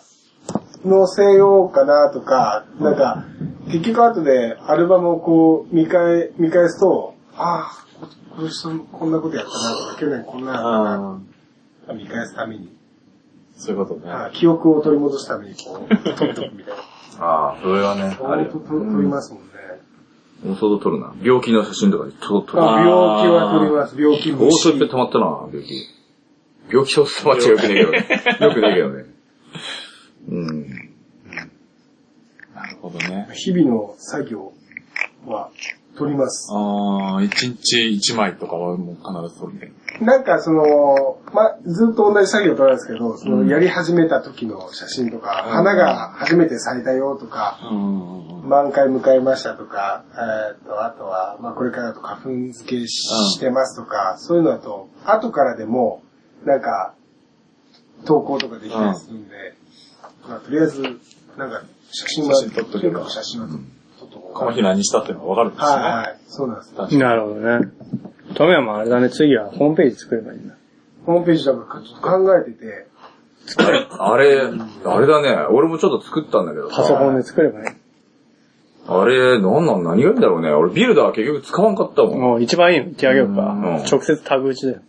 Speaker 4: 載せようかなとか、なんか、結局後でアルバムをこう見返、見返すと、ああ、この人こんなことやったなとか、去年こんなのやっ
Speaker 3: あ
Speaker 4: たな見返すために、
Speaker 3: そういうことね。
Speaker 4: あー記憶を取り戻すためにこう、取っとくみたいな。
Speaker 1: ああ、それはね、あ
Speaker 4: 相
Speaker 1: れ
Speaker 4: 当
Speaker 1: よ。
Speaker 4: 取りますもんね。
Speaker 1: もう相当撮るな。病気の写真とかで相当撮る。
Speaker 4: あ病気は取ります、病気
Speaker 1: 大
Speaker 4: も。
Speaker 1: 卒って溜まったな、病気。病気小卒溜まっちゃよくねえけどね。よくねえけどね。うん。
Speaker 3: なるほどね。
Speaker 4: 日々の作業は取ります。
Speaker 3: ああ、一日一枚とかはもう必ず撮るね。
Speaker 4: なんかその、ま、ずっと同じ作業を取られるんですけど、そのやり始めた時の写真とか、
Speaker 3: うん
Speaker 4: 花が初めて咲いたよとか、
Speaker 3: うん。
Speaker 4: 満開迎えましたとか、えーっと、あとは、まあ、これからだと花粉付けしてますとか、そういうのだと、後からでも、なんか、投稿とかできたりするんで、まあ、とりあえず、なんか、写真は、
Speaker 3: 写真撮っと
Speaker 4: と
Speaker 3: けば
Speaker 4: にかく写真は撮っとこう
Speaker 3: カマヒラにしたっていうのがわかるんです
Speaker 4: はい
Speaker 3: ね。
Speaker 4: はい、そうなんです。
Speaker 2: なるほどね。富山あれだね、次はホームページ作ればいいんだ。
Speaker 4: ホームページだからちょっと考えてて、
Speaker 1: あれ、あれだね。俺もちょっと作ったんだけどさ
Speaker 2: パソコンで作ればいい。
Speaker 1: あれ、なんなん、何がいいんだろうね。俺ビルダー結局使わんかったもん。
Speaker 2: もう一番いいの言ってあげようか
Speaker 1: うん。
Speaker 2: 直接タグ打ちだよ。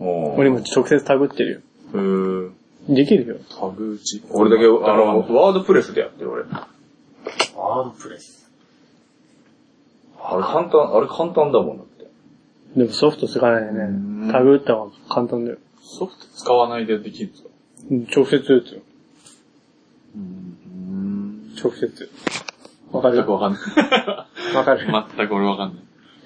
Speaker 2: 俺
Speaker 1: 俺
Speaker 2: も直接タグってる
Speaker 1: も。
Speaker 2: よ。できるよ。
Speaker 3: タグ打ち。
Speaker 1: 俺だけ、あの、
Speaker 3: の、
Speaker 1: ワードプレスでやってる俺。あ
Speaker 4: ワードプレス。
Speaker 1: れ簡単、あれ簡単だもんだって。
Speaker 2: でもソフト使わないで
Speaker 3: うん
Speaker 2: ね。タグ打った方が簡単だよ。
Speaker 3: ソフト使わないでできるんですか
Speaker 2: 直接打つよ。
Speaker 3: うん。
Speaker 2: 直接。わかる
Speaker 3: 全くわ かんな
Speaker 2: わかる。
Speaker 3: い。全く俺わかんない。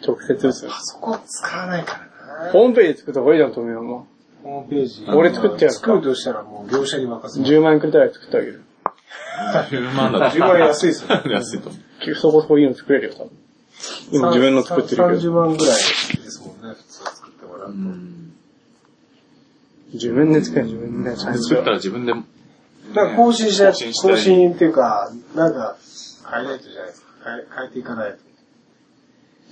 Speaker 2: 直接打つよ。
Speaker 4: パソコン使わないからな。
Speaker 2: ホームページ作った方がいいじゃん、富山も。
Speaker 4: ホームページ。
Speaker 2: 俺作ってやる
Speaker 4: 作るとしたらもう業者に任せます。
Speaker 2: 10万円くれたら作ってあげる。
Speaker 3: 10万だ
Speaker 4: 10万円安いですよ。
Speaker 3: 安いと思う。
Speaker 2: そこそこいいの作れるよ、多分。今自分の作ってるけ
Speaker 4: 30
Speaker 2: ど。
Speaker 4: 万ぐらいですもんね、普通作ってもらう。
Speaker 2: 自分で作る自分で。
Speaker 3: 作ったら自分で、
Speaker 4: だから更新しない
Speaker 3: 更新したい
Speaker 4: 更新っていうか、なんか、変えないとじゃないですか。変え変えていかない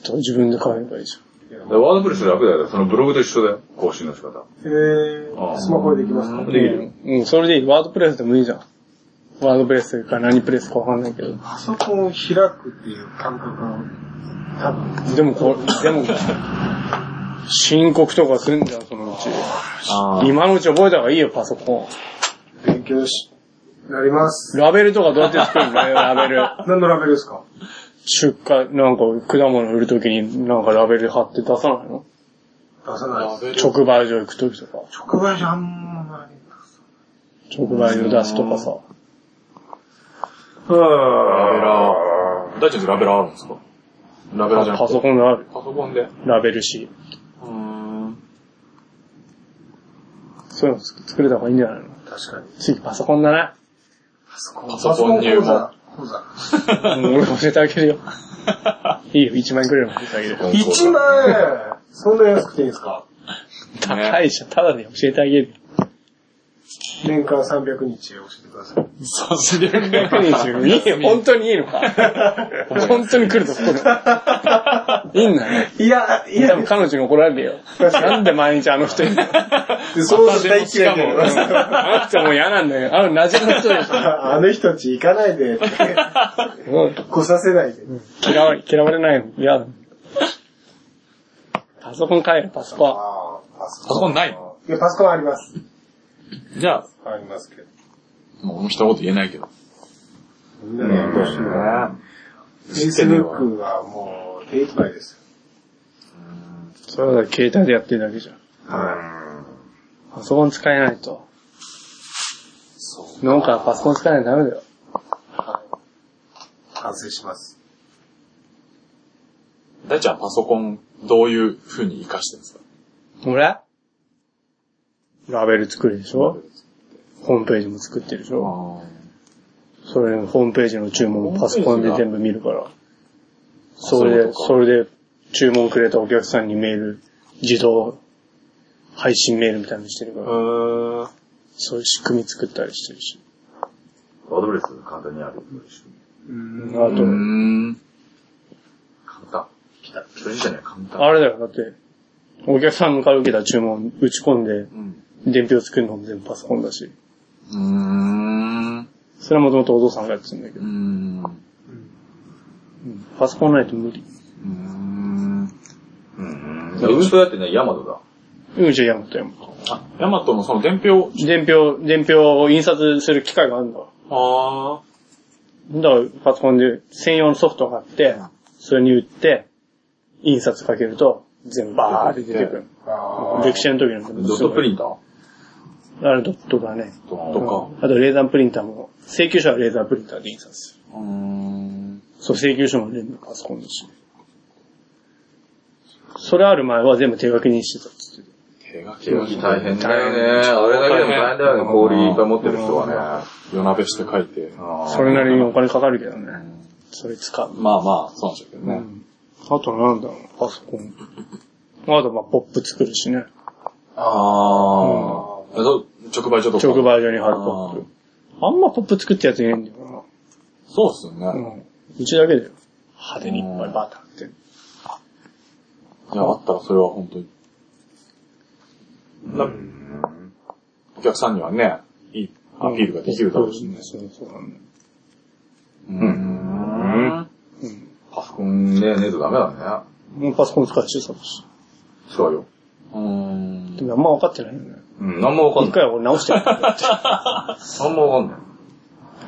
Speaker 4: と。
Speaker 2: 自分で買えばいいじゃん。
Speaker 4: け
Speaker 1: だ
Speaker 4: ど
Speaker 1: から
Speaker 4: も。
Speaker 1: ワードプレス楽だよ。そのブログと一緒だよ。更新の仕方。
Speaker 4: えー、スマホでできますか
Speaker 1: できるよ。
Speaker 2: うん、それでいい。ワードプレスでもいいじゃん。ワードプレスか何プレスかわかんないけど。
Speaker 4: パソコンを開くっていう感覚を、多分。
Speaker 2: でもこれ、でも、申告とかすんじゃん、そのうち。
Speaker 3: あー
Speaker 2: 今のうち覚えた方がいいよ、パソコ
Speaker 4: 勉強し、なります。
Speaker 2: ン。ラベルとかどうやって作るのラベル。
Speaker 4: 何のラベルですか
Speaker 2: 出荷、なんか果物売るときになんかラベル貼って出さないの
Speaker 4: 出さないです。
Speaker 2: 直売所行くときとか。
Speaker 4: 直売所あんまり。
Speaker 2: 直売所出すとかさ。
Speaker 3: ラベラー。大ちゃんちラベラーあるんですかラベラーじゃな
Speaker 2: パ
Speaker 3: くて。
Speaker 2: ソコンのある。
Speaker 3: パソコンで。う
Speaker 2: ラベル紙。
Speaker 3: ーん。
Speaker 2: そういうの作れた方がいいんじゃないの
Speaker 4: 確かに。
Speaker 2: 次パソコンだな。
Speaker 4: パ
Speaker 3: ソコン入
Speaker 4: ソ
Speaker 3: 門
Speaker 4: コン講座。
Speaker 2: うん俺教えてあげる よ。いいよ、1万円くれるの教えてあげるよ。
Speaker 4: 1万円そんな安くていいんですか
Speaker 2: 高いじゃん、ただで教えてあげる。
Speaker 4: 年間300日教えてください。
Speaker 3: さすがに。
Speaker 2: いいよ、本当にいいのか。 本当に来ると来る。いいんだね。
Speaker 4: いや、い
Speaker 2: 多分彼女に怒られるよ。なんで毎日あの人い るの
Speaker 4: そうしたい嫌いだ
Speaker 3: またでもしか
Speaker 4: よ。
Speaker 2: あの人もう嫌なんだよ。あの馴染みの人でし
Speaker 4: あ の人たち行かないで、
Speaker 2: ょ。
Speaker 4: 来させないで。
Speaker 2: 嫌われ、嫌われないの。嫌だ。パソコン買えよ、パソコ
Speaker 4: ああ、パソ
Speaker 3: パソコンない
Speaker 4: コン。いや、パソコンあります。
Speaker 3: じゃあ、
Speaker 4: ありますけど。
Speaker 3: もう俺も一言言えないけど。
Speaker 4: みんなでやってほしいな。Facebook はもう手一杯です
Speaker 2: ン。それは携帯でやってるだけじゃん。
Speaker 4: よ。は
Speaker 2: パソコン使えないと。農家はパソコン使えないとダメだ
Speaker 4: い。
Speaker 2: よ。
Speaker 4: 完成します。
Speaker 3: 大ちゃんパソコンどういう風に活かしてるんですか
Speaker 2: 俺ラベル作るでしょホームページも作ってるでしょそれ、ホームページの注文パソコンで全部見るから。それで、そ
Speaker 3: れ。
Speaker 2: れで注文くれたお客さんにメール、自動配信メールみたいなのしてるから、
Speaker 3: うーん。
Speaker 2: そういう仕組み作ったりしてるし。
Speaker 1: ワードプレス簡単にある。
Speaker 2: あ
Speaker 3: う
Speaker 2: と、
Speaker 3: ーん。
Speaker 1: 簡単。来た。人じゃない、簡単。
Speaker 2: あれだよ、だって、お客さんから受けた注文打ち込んで、
Speaker 3: うん。
Speaker 2: 伝票作るのも全部パソコンだし。
Speaker 3: うーん。
Speaker 2: それはもともとお父さんがやってたんだけ
Speaker 3: う
Speaker 2: ど
Speaker 3: ー、ん。う
Speaker 2: うんパソコンないと無理。
Speaker 3: ーん。
Speaker 1: うん。うん。だってね、ヤマトだ。
Speaker 2: うん、じゃあやめとやめと。
Speaker 3: あ、ヤマトのその伝票。
Speaker 2: 伝票、伝票を印刷する機械があるんだわ。
Speaker 3: あ
Speaker 2: だからパソコンで専用のソフトがあって、それに打って、印刷かけると、全部バーって出てくる。
Speaker 4: あ
Speaker 2: 歴史の時の。
Speaker 1: ドットプリンター
Speaker 2: ン。あれドットだね。
Speaker 3: ー。と
Speaker 2: あとレーザープリンターも、請求書はレーザープリンターで印刷する。
Speaker 3: か。うーん。
Speaker 2: そう、請求書も全部パソコンだし。それある前は全部手書きにしてたっつって
Speaker 3: 手書き
Speaker 1: 手書
Speaker 3: は
Speaker 1: き大変だよね。あれだけでも大変だよね。氷いっぱい持ってる人はね。
Speaker 3: 夜鍋して書いて。
Speaker 1: あー
Speaker 2: た。それなりにお金かかるけどね。それ使う。
Speaker 3: まあまあ、そうなんでしょうけど
Speaker 2: う
Speaker 3: ね。
Speaker 2: ん。あとなんだろう、パソコン。あとまあ、ポップ作るしね。
Speaker 3: ああ。そう直売所とか。
Speaker 2: 直売所に貼るポップ。あんまポップ作ってやついないんだよ
Speaker 3: そうっすよ
Speaker 2: な。う
Speaker 3: ね。
Speaker 2: ん。うちだけだよ。派手にいっぱいバーって貼ってる。
Speaker 3: いや、あったらそれは本当に。なお客さんにはね、いいアピールができるだろうしね。
Speaker 2: そうそうなんだよ。
Speaker 3: うん。
Speaker 1: パソコンね、ねえとダメだね。
Speaker 2: もうパソコン使うし、そうだし。
Speaker 1: 使うよ。
Speaker 3: うん
Speaker 2: で。もあんま分かってないよね。
Speaker 1: うん、なんもわか
Speaker 2: 一
Speaker 1: んない。
Speaker 2: 回俺直してやる。
Speaker 1: なんもわかんない。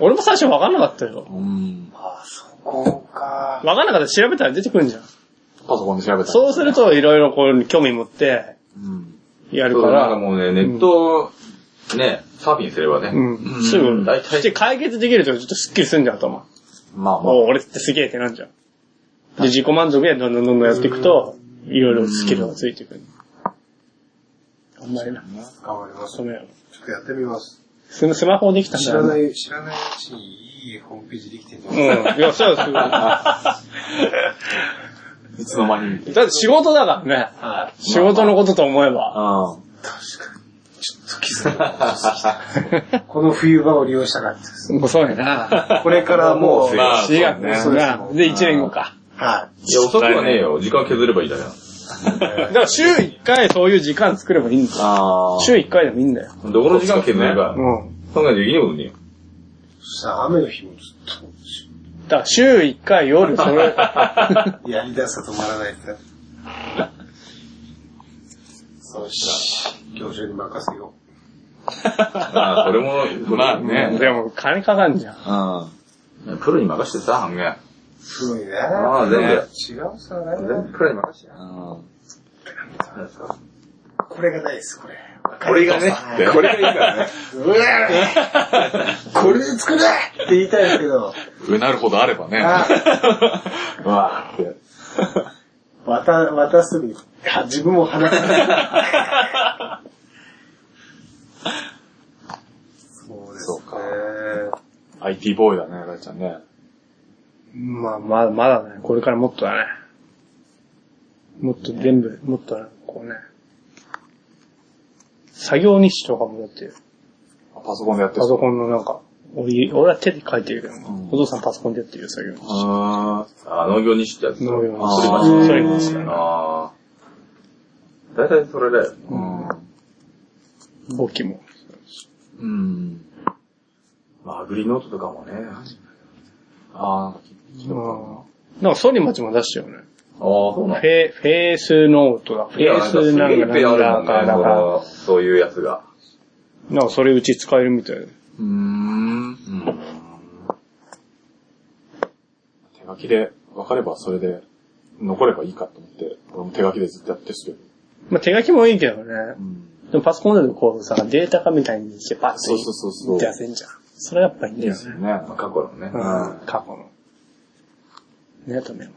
Speaker 2: 俺も最初分かんなかったよ。
Speaker 3: うん。
Speaker 4: あ、そこか。
Speaker 2: 分かんなかったら調べたら出てくるんじゃん。
Speaker 3: パソコンで調べた。
Speaker 2: そうするといろいろこう興味持って
Speaker 3: うん。
Speaker 2: やる
Speaker 1: そう
Speaker 2: か、
Speaker 1: なんからもうね、ネット、ね、サーフィンすればね。
Speaker 2: うん。すぐ、
Speaker 1: 大体
Speaker 2: そして解決できるとちょっとスッキリすんじゃん、頭。
Speaker 3: まあまあ。
Speaker 2: おう俺ってすげえってなんじゃん。で、自己満足でどんどんどんどんやっていくと、いろいろスキルがついてくる。あんまりな。
Speaker 4: 頑張ります。
Speaker 2: そのやろ。
Speaker 4: ちょっとやってみます。
Speaker 2: そのスマホできたん
Speaker 4: 知
Speaker 2: だよ
Speaker 4: らな
Speaker 2: ね。
Speaker 4: い、知らないうちにいいホームページできてるんじゃ
Speaker 2: う
Speaker 4: ないですか。
Speaker 2: ん。いや、そうそう。だ
Speaker 3: いつの間に。
Speaker 2: って仕事だからね。
Speaker 4: はい。
Speaker 2: 仕事のことと思えば。
Speaker 3: あ
Speaker 4: 確かに。ちょっと気づかなかったです。この冬場を利用したかったです。
Speaker 2: もうそうやな。
Speaker 4: これからもう、
Speaker 3: あ
Speaker 1: ま
Speaker 2: 4月
Speaker 3: そうね
Speaker 2: ですな。で、1年後か。
Speaker 4: はい
Speaker 1: や、遅くはねえよ。時間削ればいいだけなの。
Speaker 2: だから週1回そういう時間作ればいいんだよ。
Speaker 1: あ
Speaker 2: 週1回でもいいんだよ。
Speaker 1: あ。どこの時間削れば。
Speaker 2: うん。
Speaker 1: そんなんできねえことねえよ。
Speaker 4: い。さあ、雨の日もずっとです
Speaker 2: だから週1回夜、それ、
Speaker 4: よ、やり出すと止まらない から。そうした。業者に任せよ
Speaker 1: ああ、それも、
Speaker 3: まあね。
Speaker 2: でも金かかんじゃん。
Speaker 1: うん。プロに任してさ、半減。
Speaker 4: う。すごいね。
Speaker 1: ああ全部
Speaker 4: 違うさ、ないな
Speaker 1: プロに任してや。
Speaker 4: これがないです、これ。
Speaker 1: これがね、これがいいからね。
Speaker 4: うわ ぁこれで作れって言いたいですけ ど、
Speaker 3: うなるほどあればね。
Speaker 4: あ
Speaker 3: わあって。
Speaker 4: 渡、渡すに、は自分も話さない。そうです
Speaker 3: そうか
Speaker 4: ね。
Speaker 3: IT ボーイだね、ライちゃんね。
Speaker 2: まあ、まだ、まだね、これからもっとだね。もっと全部、もっとね、こうね。作業日誌とかもだって、
Speaker 3: パソコンでやって
Speaker 2: パ
Speaker 3: る。
Speaker 2: ソコンのなんか、俺、俺は手で書いてるけど、
Speaker 3: ん
Speaker 2: お父さんパソコンでやってるよ、作業日誌。
Speaker 3: あ
Speaker 1: ああ、農業にしてやつ。
Speaker 2: 農業日誌。
Speaker 1: あ
Speaker 3: ー
Speaker 2: それもですよね。
Speaker 1: ああ。大体それだよ。
Speaker 3: ーうん。
Speaker 2: 簿記も。
Speaker 3: うん。
Speaker 1: まあ、アグリノートとかもね。ああ、
Speaker 3: あ
Speaker 2: うん。なんか、ソリマチも出したよね。
Speaker 1: そう
Speaker 2: フ
Speaker 1: なの
Speaker 2: ェ、フェースノートだ。フ
Speaker 1: い
Speaker 2: ェ
Speaker 1: や
Speaker 2: ー
Speaker 1: なんか
Speaker 2: ス
Speaker 1: す
Speaker 2: な
Speaker 1: げえ
Speaker 2: ん
Speaker 1: い
Speaker 2: か
Speaker 1: っぺんあるも
Speaker 2: なんん
Speaker 1: ね
Speaker 2: か、なんか、
Speaker 1: そのそういうやつが。
Speaker 2: なんかそれうち使えるみたいで。
Speaker 3: ーうーん。手書きで分かればそれで残ればいいかと思って、俺も手書きでずっとやってるっすけど。
Speaker 2: まあ、手書きもいいけどね。
Speaker 3: うん。
Speaker 2: でもパソコンだとこうさ、データ化みたいにしてパッ
Speaker 3: そうそうそうそ
Speaker 2: と
Speaker 3: う。
Speaker 2: 出せんじゃん。それやっぱいいんだよね。
Speaker 3: ね。
Speaker 1: まあ、過去のね。
Speaker 2: うん、過去の。ね、とめく。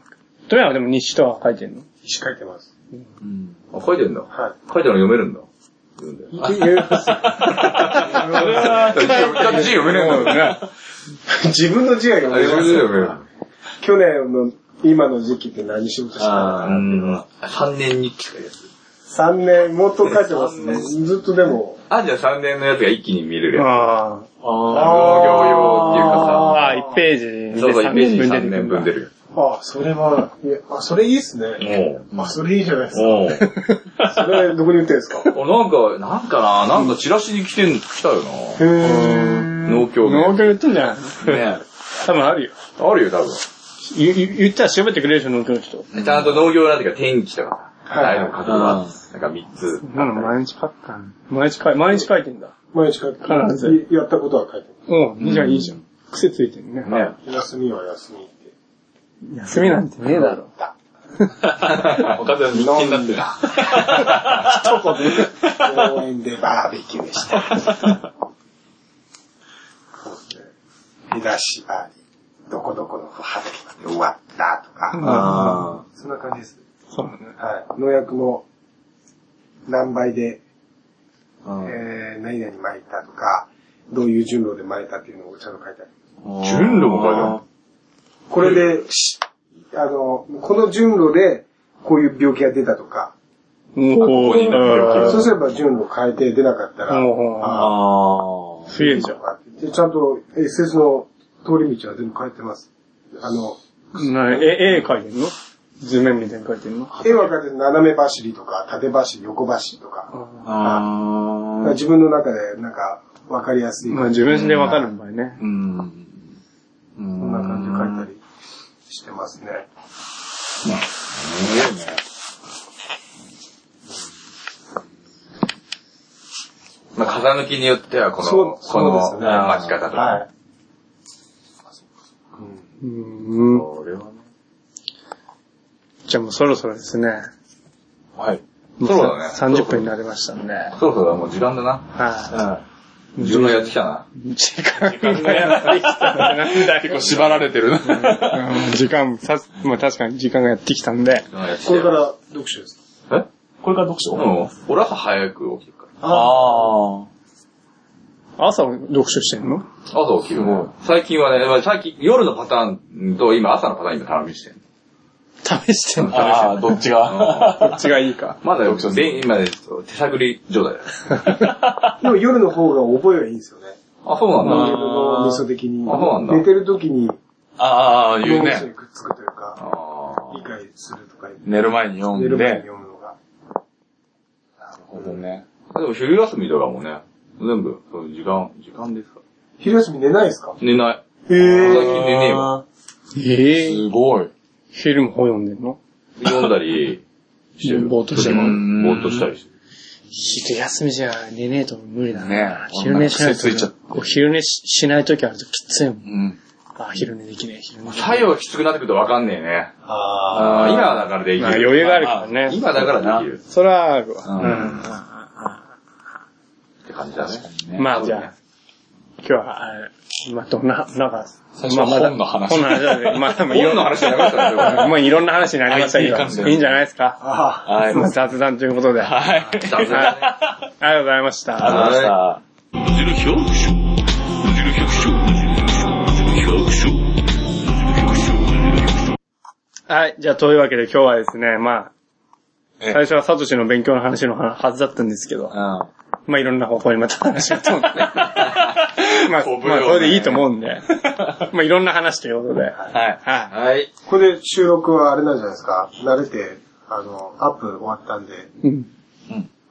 Speaker 2: とめはでも日誌とは書いてんの
Speaker 4: しっかりてます。
Speaker 3: うん。
Speaker 1: あ、書いてんだ。
Speaker 4: はい。
Speaker 1: 書いてるの読めるんだ。読んで。
Speaker 4: いけ言う
Speaker 1: 字読めねえんだもんね。
Speaker 4: 自分の字が読
Speaker 1: あ、
Speaker 4: めま
Speaker 1: 読め
Speaker 4: す
Speaker 1: る
Speaker 4: よ。
Speaker 1: 読める。
Speaker 4: 去年の今の時期って何仕事してた
Speaker 1: あ
Speaker 4: の
Speaker 1: あ、3年にってやつ。
Speaker 4: ?3 年、もっと書いてますね。ずっとでも。
Speaker 1: あ、じゃあ3年のやつが一気に見れるやつ。
Speaker 2: あ
Speaker 3: ああ。
Speaker 1: 農業用っていう
Speaker 2: あ。
Speaker 1: か
Speaker 2: ああ、1ページで
Speaker 1: さ、そうそう、1ページに3
Speaker 2: く
Speaker 1: 年
Speaker 2: んだ
Speaker 1: 分出。る
Speaker 4: ああ、それは、いや、あ、それいいっすね。
Speaker 1: やつ。
Speaker 4: まあ、それいいじゃないです
Speaker 1: おう。おう。
Speaker 4: か。それ、どこに売ってるんですか
Speaker 1: あなんか、なんかな、なんかチラシに来てん、来たよ
Speaker 4: へ
Speaker 1: な。
Speaker 4: ー。
Speaker 1: 農協の。
Speaker 2: 農
Speaker 1: ね
Speaker 2: 協言ってんじゃない
Speaker 1: あ
Speaker 2: 多分あるよ。
Speaker 1: るよ、多分。
Speaker 2: ゆゆ言ったら調べてくれるでしょ、農協の人。
Speaker 1: ちゃんと農業なんていうか、天気とかさ、
Speaker 4: はい
Speaker 1: ああいうの書くのは、なんか3つ。
Speaker 2: なの毎日書くか毎日書い、毎日書いてんだ。
Speaker 4: 毎日書いて
Speaker 2: 必ず
Speaker 4: いやったことは書いて
Speaker 2: うん、じゃあいいじゃん。癖ついてるね。
Speaker 1: ね。
Speaker 4: る。休みは休みって。
Speaker 2: 休みなんてねえだろ。
Speaker 3: おかずは日記になってる。
Speaker 4: 公園でバーベキューでした。見出しバーに、どこどこの畑まで終わったとか、
Speaker 3: あ
Speaker 4: そんな感じです。
Speaker 2: そうだね。
Speaker 4: はい。農薬も、何倍で、
Speaker 3: あ。うん
Speaker 4: えー、何々巻いたとか、どういう順路で巻いたっていうのをちゃんと書いてある。
Speaker 1: 順路も書いてある
Speaker 4: これで、しあの、この順路で、こういう病気が出たとか、
Speaker 2: うん、こう、うん
Speaker 4: そうすれば順路を変えて出なかったら、
Speaker 2: うんうんうん
Speaker 4: ああ、
Speaker 3: ああ。
Speaker 2: すげえじゃん。
Speaker 4: でちゃんと SS の通り道は全部変えてます。あの、
Speaker 2: な、絵、絵描いてんの図面みたいに描いてんの
Speaker 4: 絵は書いてる斜め走りとか、縦走り、横走りとか、だから
Speaker 3: ああ。
Speaker 4: 自分の中でなんか分かりやすい
Speaker 2: まあ
Speaker 4: 感じ、
Speaker 2: 自分でわかる場合ね。
Speaker 3: うん。こ
Speaker 4: こん
Speaker 3: ん
Speaker 4: な感じで書いたりしてますね。
Speaker 3: すごいね。
Speaker 1: まあ、風向きによっては、こ
Speaker 4: そう
Speaker 1: の、
Speaker 4: そ
Speaker 1: こ
Speaker 4: うで
Speaker 1: の
Speaker 4: すね
Speaker 1: 待ち方と
Speaker 4: は
Speaker 1: か。
Speaker 4: い。
Speaker 2: うん。
Speaker 1: これはね。
Speaker 2: じゃあもうそろそろですね。
Speaker 3: はい。
Speaker 2: も
Speaker 1: そうだね
Speaker 2: さ30分になりましたんで。
Speaker 1: そうそうだ、もう時間だな。
Speaker 2: は
Speaker 1: うん。自分がやってきたな。
Speaker 2: い。時間がやってきたんだ
Speaker 3: 結構縛られてるな。
Speaker 2: うん時間、さまあ確かに時間がやってきたんで。
Speaker 1: 自分がやってき
Speaker 4: こ
Speaker 1: た
Speaker 4: れか
Speaker 1: よ
Speaker 4: ら読書ですか
Speaker 1: え
Speaker 3: これから読
Speaker 1: う
Speaker 3: 書
Speaker 1: ん。俺朝早く起きるか
Speaker 3: ああ。
Speaker 2: 朝読書してんの
Speaker 1: ら。朝起きるね
Speaker 3: うん。
Speaker 1: 最近はね、まあ最近夜のパターンと今朝のパターン今試してる。
Speaker 2: 試してんの
Speaker 3: ああ、どっちが。
Speaker 2: こっちがいいか。
Speaker 1: まだ読書で、今ね、手探り 状態だよ。
Speaker 4: でも夜の方が覚えはいいんですよね。
Speaker 1: あ、そうなん
Speaker 4: 自
Speaker 1: だ。
Speaker 4: 分の味噌的に
Speaker 1: あそうなん。だ
Speaker 4: 寝てる時に
Speaker 3: ああ、言う
Speaker 4: 脳みそ
Speaker 3: ね
Speaker 4: に。くっつくというか。
Speaker 1: あ
Speaker 4: 理解するとか言って、
Speaker 3: 寝る前に読
Speaker 4: 寝る
Speaker 3: んで。
Speaker 4: 前に
Speaker 3: なる
Speaker 4: 読むのが。
Speaker 3: ほどね。
Speaker 1: でも昼休みとかもね、全部、そう時間、時間ですか
Speaker 4: 昼休み寝ないですか
Speaker 1: 寝ない。
Speaker 2: へ
Speaker 1: 最
Speaker 2: え。
Speaker 1: 近寝ねえわ。
Speaker 2: ええ。
Speaker 3: すごい。
Speaker 2: 昼も本読んでんの
Speaker 1: 読んだり、してる。
Speaker 2: ぼーっとしてる
Speaker 1: ぼーっとしたりしてる。
Speaker 2: 昼休みじゃ寝ねえと無理だ
Speaker 3: ね
Speaker 2: な。
Speaker 3: え
Speaker 2: 昼寝しないと
Speaker 3: お腹癖ついちゃっ。
Speaker 2: こう昼寝ししないときあるときついもん。
Speaker 3: うん。
Speaker 2: あ、昼寝できねえ、昼寝できね
Speaker 1: 作用きつくなってくるとわかんねえね。
Speaker 4: あ
Speaker 1: あー今はだからで
Speaker 2: え。
Speaker 1: き
Speaker 2: まあ
Speaker 1: る。
Speaker 2: 余裕があるからね。
Speaker 1: 今だからできる。
Speaker 2: それはある
Speaker 1: うん
Speaker 2: わ。
Speaker 1: って感じだね。
Speaker 2: うん。まあじゃあ、今日は、あまあどんな、なんか、
Speaker 3: 最初は
Speaker 2: まあまだ
Speaker 3: 本の話
Speaker 2: 本の話だね。まあ、まあいろ
Speaker 1: 本
Speaker 2: ん
Speaker 1: の
Speaker 2: な
Speaker 1: 話じゃなかったんですよ。
Speaker 2: まあいろんな話になりましたけ
Speaker 3: IT 関係
Speaker 2: ど、いいんじゃないですか。
Speaker 4: あ。
Speaker 3: はい。
Speaker 2: まあ
Speaker 3: はい。
Speaker 2: 雑談ということで。はい。
Speaker 3: ありがとう
Speaker 1: 雑だね
Speaker 2: ありがとうございました。
Speaker 3: ございました。
Speaker 2: はい。じゃあ、というわけで今日はですね、まあ、
Speaker 3: ええ
Speaker 2: 最初はサトシの勉強の話のはずだったんですけど、
Speaker 3: うん。
Speaker 2: まあいろんな方向にまた話が飛んで、まあ、まあ
Speaker 3: 飛ぶよね
Speaker 2: それでいいと思うんで、まあいろんな話ということで、
Speaker 3: はい。
Speaker 2: は
Speaker 1: はい。
Speaker 4: ここで収録はあれなんじゃないですか慣れて、あの、アップ終わったんで、
Speaker 2: い。うん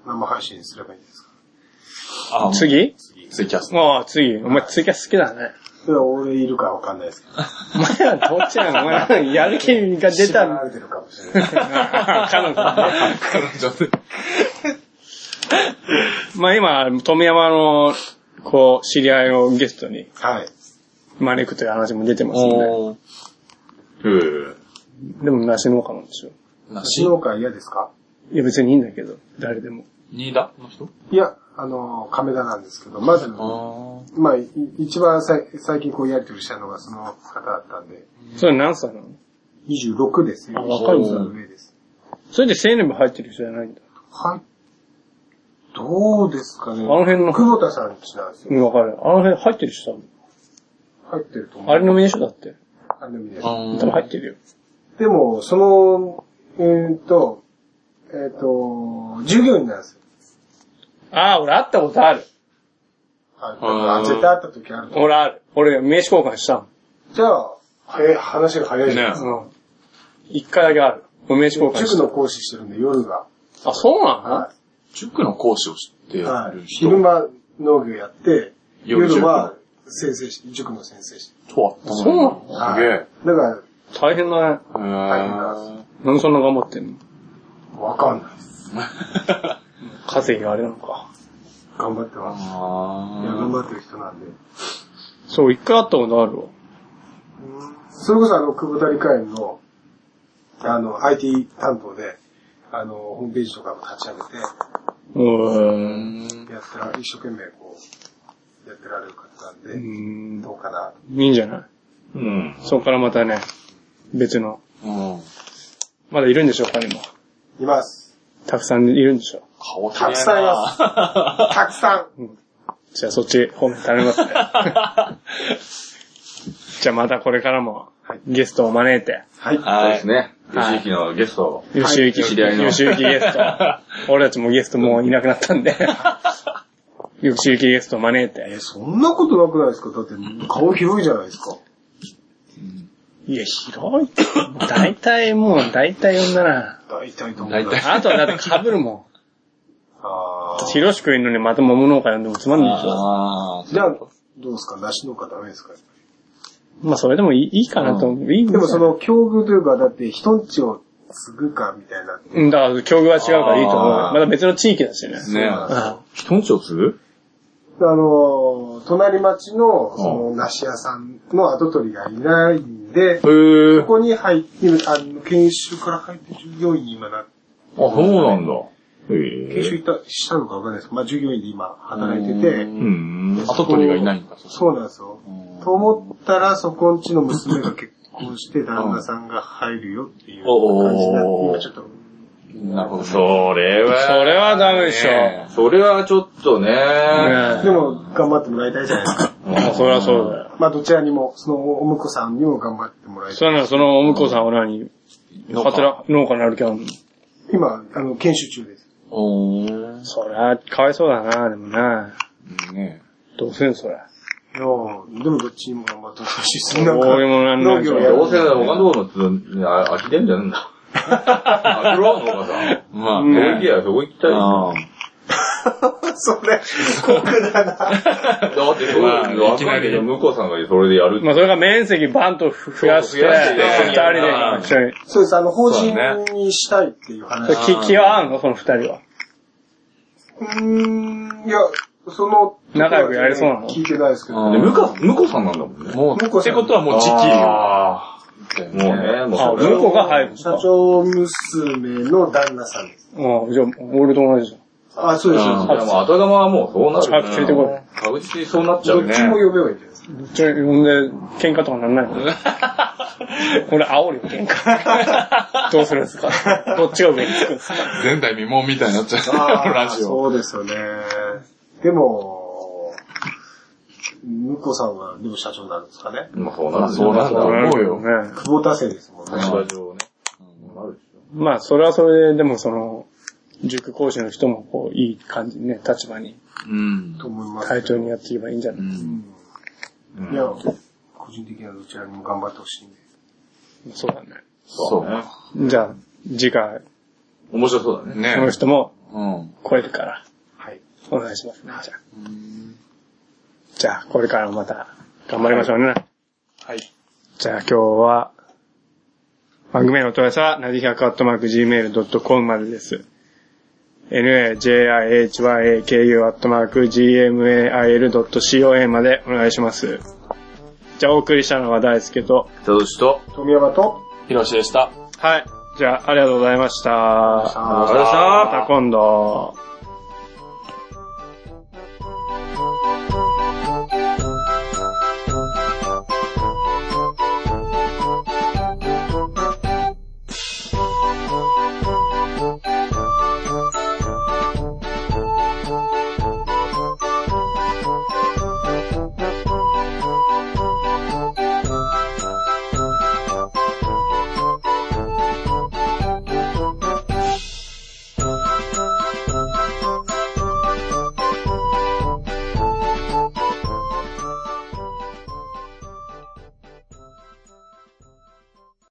Speaker 4: 生配信すればいいんですか
Speaker 3: あ、次。
Speaker 2: 次
Speaker 3: ツイキャス。
Speaker 2: もう次、お前次は好きだね。
Speaker 4: それは俺いるかわかんないですけど。
Speaker 2: お前はどっちなのお前はやる気が出た
Speaker 4: 縛
Speaker 2: ん
Speaker 4: ら
Speaker 2: だ。
Speaker 4: れてるかもしれない。
Speaker 2: 彼女ね。
Speaker 3: 彼女で
Speaker 2: まあ今、富山の、こう、知り合いをゲストに
Speaker 4: はい。
Speaker 2: 招くという話も出てますんで、
Speaker 3: おー。
Speaker 1: うん。
Speaker 2: でも梨農家なんですよ。
Speaker 3: なし
Speaker 4: 死。の会嫌ですか
Speaker 2: いや別にいいんだけど、誰でも。
Speaker 3: 新田の人
Speaker 4: いや、あの、亀田なんですけど、まず、
Speaker 3: あ
Speaker 4: まあ、い一番さい最近こうやりとりしたのがその方だったんで、
Speaker 2: それ何歳なの
Speaker 4: 26ですね。
Speaker 2: あ若いんだ
Speaker 4: 26の上です。
Speaker 2: それで青年部入ってる人じゃないんだ。
Speaker 4: はい。どうですかね。あ
Speaker 2: の辺の
Speaker 4: 久保田さんちなんです
Speaker 2: う
Speaker 4: よ。
Speaker 2: ん、わかる。あの辺入ってる人多分
Speaker 4: 入ってると思う。
Speaker 2: あれの名所だって。
Speaker 4: あの意味で
Speaker 3: あ。うん
Speaker 2: 多分入ってるよ。
Speaker 4: でも、その、えーっと、えーっと、従業員なんですよ。
Speaker 2: ああ、俺会ったことある。
Speaker 4: はい。
Speaker 3: あー
Speaker 4: あ絶対会った時あると。
Speaker 2: 俺ある。俺名刺交換したの。
Speaker 4: じゃあ、早い、話が早いじゃないですか。
Speaker 2: うん。一回だけある。俺名刺交換
Speaker 4: 塾
Speaker 2: し
Speaker 4: の講師してるんで、夜が。
Speaker 2: た。あ、そうなの、
Speaker 4: は
Speaker 3: 塾の講師を知って
Speaker 4: い。
Speaker 3: や
Speaker 4: は
Speaker 3: る
Speaker 4: い。
Speaker 3: 人
Speaker 4: 昼間農業やって、
Speaker 3: 夜塾
Speaker 4: 夜は先生し、塾の先生して。
Speaker 3: とは。
Speaker 2: そうなの
Speaker 4: は
Speaker 3: す
Speaker 4: い
Speaker 3: げえ。
Speaker 4: だから、
Speaker 2: 大変だね。
Speaker 3: へー
Speaker 2: なんでそんな頑張ってんの
Speaker 4: わかんないです。
Speaker 2: 稼ぎがあれなのか。
Speaker 4: 頑張ってます。いや、頑張
Speaker 3: あ
Speaker 4: ってる人なんで。
Speaker 2: そう、一回会ったことあるわ。
Speaker 4: それこそあの、久保田理科園の、あの、IT 担当で、あの、ホームページとかも立ち上げて、
Speaker 2: う
Speaker 3: ー
Speaker 2: ーん。
Speaker 4: やったら、一生懸命こう、やってられる方なん
Speaker 2: う
Speaker 4: で、
Speaker 2: ん。
Speaker 4: どうかな。
Speaker 2: いいんじゃない
Speaker 1: うん。
Speaker 2: そこからまたね、別の。
Speaker 3: うん。
Speaker 2: まだいるんでしょ、他にも。
Speaker 4: います。
Speaker 2: たくさんいるんでしょ。
Speaker 3: 顔
Speaker 4: たくさんいます。たくさん。
Speaker 2: じゃあそっち方面頼み ますね。じゃあまたこれからも
Speaker 4: はい
Speaker 2: ゲストを招いて、
Speaker 4: はい。
Speaker 1: そう
Speaker 3: は
Speaker 1: で
Speaker 3: い
Speaker 1: す。ね。
Speaker 2: はい
Speaker 1: 吉行のゲストを。
Speaker 2: よしゆき、
Speaker 1: 知り合いの
Speaker 2: よしゆきゲス ト。俺たちもゲストもういなくなった んで、よしゆきゲストを招い
Speaker 4: え、
Speaker 2: て、
Speaker 4: そんなことなくないですかだって、顔広いじゃないですか。
Speaker 2: いや、広い。大体もう、大体呼んだな。
Speaker 4: 大体どん
Speaker 3: 大体
Speaker 2: あとはだって被るも
Speaker 4: あ
Speaker 2: ん。
Speaker 4: ー
Speaker 2: 広しくいるのにまた桃農家呼んでもつまんないでしょ。
Speaker 3: あー
Speaker 4: じゃあ、どうですか梨農家ダメですか
Speaker 2: まあそれでもいいいいかなと思う。いいんだ
Speaker 4: でもそ、の、境遇というか、だって、人んちを継ぐか、みたいな。
Speaker 2: うん、だから境遇は違うからいいと思うよ。
Speaker 1: あー
Speaker 2: また別の地域だしね。
Speaker 1: ね
Speaker 4: そうなんですよ
Speaker 1: 人んちを継ぐ
Speaker 4: あの、隣町の、その、梨屋さんの跡取りがいないんで、
Speaker 1: へー
Speaker 4: ここに入って、あの、研修から入って従業員に今な、
Speaker 1: あ、そうなんだ。へ
Speaker 4: 研修
Speaker 1: え。
Speaker 4: 行った、したのかわかんないですけど、まあ従業員で今働いて
Speaker 3: う
Speaker 4: て、
Speaker 1: うんん。
Speaker 3: 後取りがいないんだ。
Speaker 4: そうなんですよ。と思ったら、そこんちの娘が結婚して、旦那さんが入るよっていう感じになって、
Speaker 1: おー
Speaker 4: 今ちょっと、
Speaker 3: なるほどね。
Speaker 1: それは。
Speaker 2: それはダメでしょ。
Speaker 3: ね
Speaker 1: それはちょっとね。
Speaker 4: でも頑張ってもらいたいじゃないですか。
Speaker 2: まあそりゃそうだよ。
Speaker 4: まあどちらにも、そのお婿さんにも頑張ってもらいた
Speaker 2: そ
Speaker 4: い。
Speaker 2: れならそのお婿さんは何
Speaker 3: 農家
Speaker 2: 働く農家になる気あるの
Speaker 4: 今、あの、研修中です。
Speaker 3: おー。
Speaker 2: そりゃ、かわいそうだな、でもな。
Speaker 3: ね
Speaker 2: どうすんそれ。
Speaker 4: いやーでもどっちにも頑張ってほしいですね。
Speaker 2: ど
Speaker 4: なんか
Speaker 2: うにもなんない
Speaker 4: 農
Speaker 2: じゃ
Speaker 4: 業
Speaker 2: ん
Speaker 4: やる
Speaker 1: どうせ他のとこのって、あ飽きてんじゃねえ んだ。飽きろ、農家さん。
Speaker 3: まあ
Speaker 1: そこ
Speaker 3: ね。
Speaker 1: 行けや、そこ行きたい
Speaker 3: あ
Speaker 1: よ。
Speaker 3: ー
Speaker 4: それ、酷だな。
Speaker 1: だってそう
Speaker 3: まあ
Speaker 1: だ
Speaker 3: いきなり
Speaker 1: よ。向こうさんがそれでやるって
Speaker 2: まあそれが面積バンと増やして、
Speaker 1: そう増やして
Speaker 2: 二人で一緒に。
Speaker 4: そうです、あの、法
Speaker 3: そう
Speaker 4: 人
Speaker 3: だね
Speaker 4: にしたいっていう話。
Speaker 2: それ気気は合うのその二人は。
Speaker 4: うーん、いや、その、
Speaker 2: 仲良くやりそうなの
Speaker 4: 聞いてないですけど。
Speaker 1: で、向こう、向こうさんなんだもんね。
Speaker 3: もう、
Speaker 4: 向こう
Speaker 3: っ
Speaker 4: さん
Speaker 3: てことはもう時期
Speaker 1: あーもうね、もう
Speaker 2: あ、
Speaker 1: それ
Speaker 2: 向こうが入るんです
Speaker 4: 社
Speaker 2: か
Speaker 4: 長娘の旦那さんです。
Speaker 2: うん、じゃあ、俺と同じじ
Speaker 4: あ、そうです。そう
Speaker 1: いやもう後釜はもうそうな
Speaker 2: ゃん。早
Speaker 1: る
Speaker 2: く連れてこ
Speaker 1: 確実にそうなっちゃ
Speaker 4: です
Speaker 1: う
Speaker 4: どっ
Speaker 1: ね
Speaker 4: ち。も呼べばいいんじゃないですか。
Speaker 2: い。ちょ、呼んで、喧嘩とか なんないの俺、煽るよ、 喧嘩。どうするんですかどっちが上につくんですか
Speaker 3: 前代未聞みたいになっち ゃう。ラジオ。
Speaker 4: そうですよね。でも、向こうさんは、でも社長になるんですかね。
Speaker 1: まあそうなる。
Speaker 3: そうなんだろうよ。
Speaker 2: ね。
Speaker 4: 久保田生ですもんね。
Speaker 1: 立場上ね。うんなるでしょ
Speaker 2: まあ、それはそれで、でもその、塾講師の人も、こう、いい感じにね、立場に、
Speaker 3: うん
Speaker 4: と。思います。
Speaker 2: 対等にやっていけばいいんじゃない、
Speaker 4: うんいや、個人的にはどちらにも頑張ってほしいんで。
Speaker 2: そうだね。
Speaker 3: そう
Speaker 1: ね。
Speaker 2: じゃあ、次回、
Speaker 1: 面白そうだね。
Speaker 2: その
Speaker 3: ね。
Speaker 2: 人も
Speaker 3: うん。
Speaker 2: 来れるから、
Speaker 4: はい。
Speaker 2: お願いしますね、じゃあ。じゃあ、これからもまた、頑張りましょうね。
Speaker 3: はい。
Speaker 2: じゃあ今日は、番組へのお問い合わせは、なじひゃかットマーク gmail.com までです。najihyaku アットマーク gmail.com までお願いします。じゃあお送りしたのは大輔と、
Speaker 1: じゃあどうしと。
Speaker 4: 富山と、
Speaker 3: ひろしでした。
Speaker 2: はい。じゃあありがとうございました。
Speaker 4: あ
Speaker 1: りがとうございました
Speaker 2: また今度。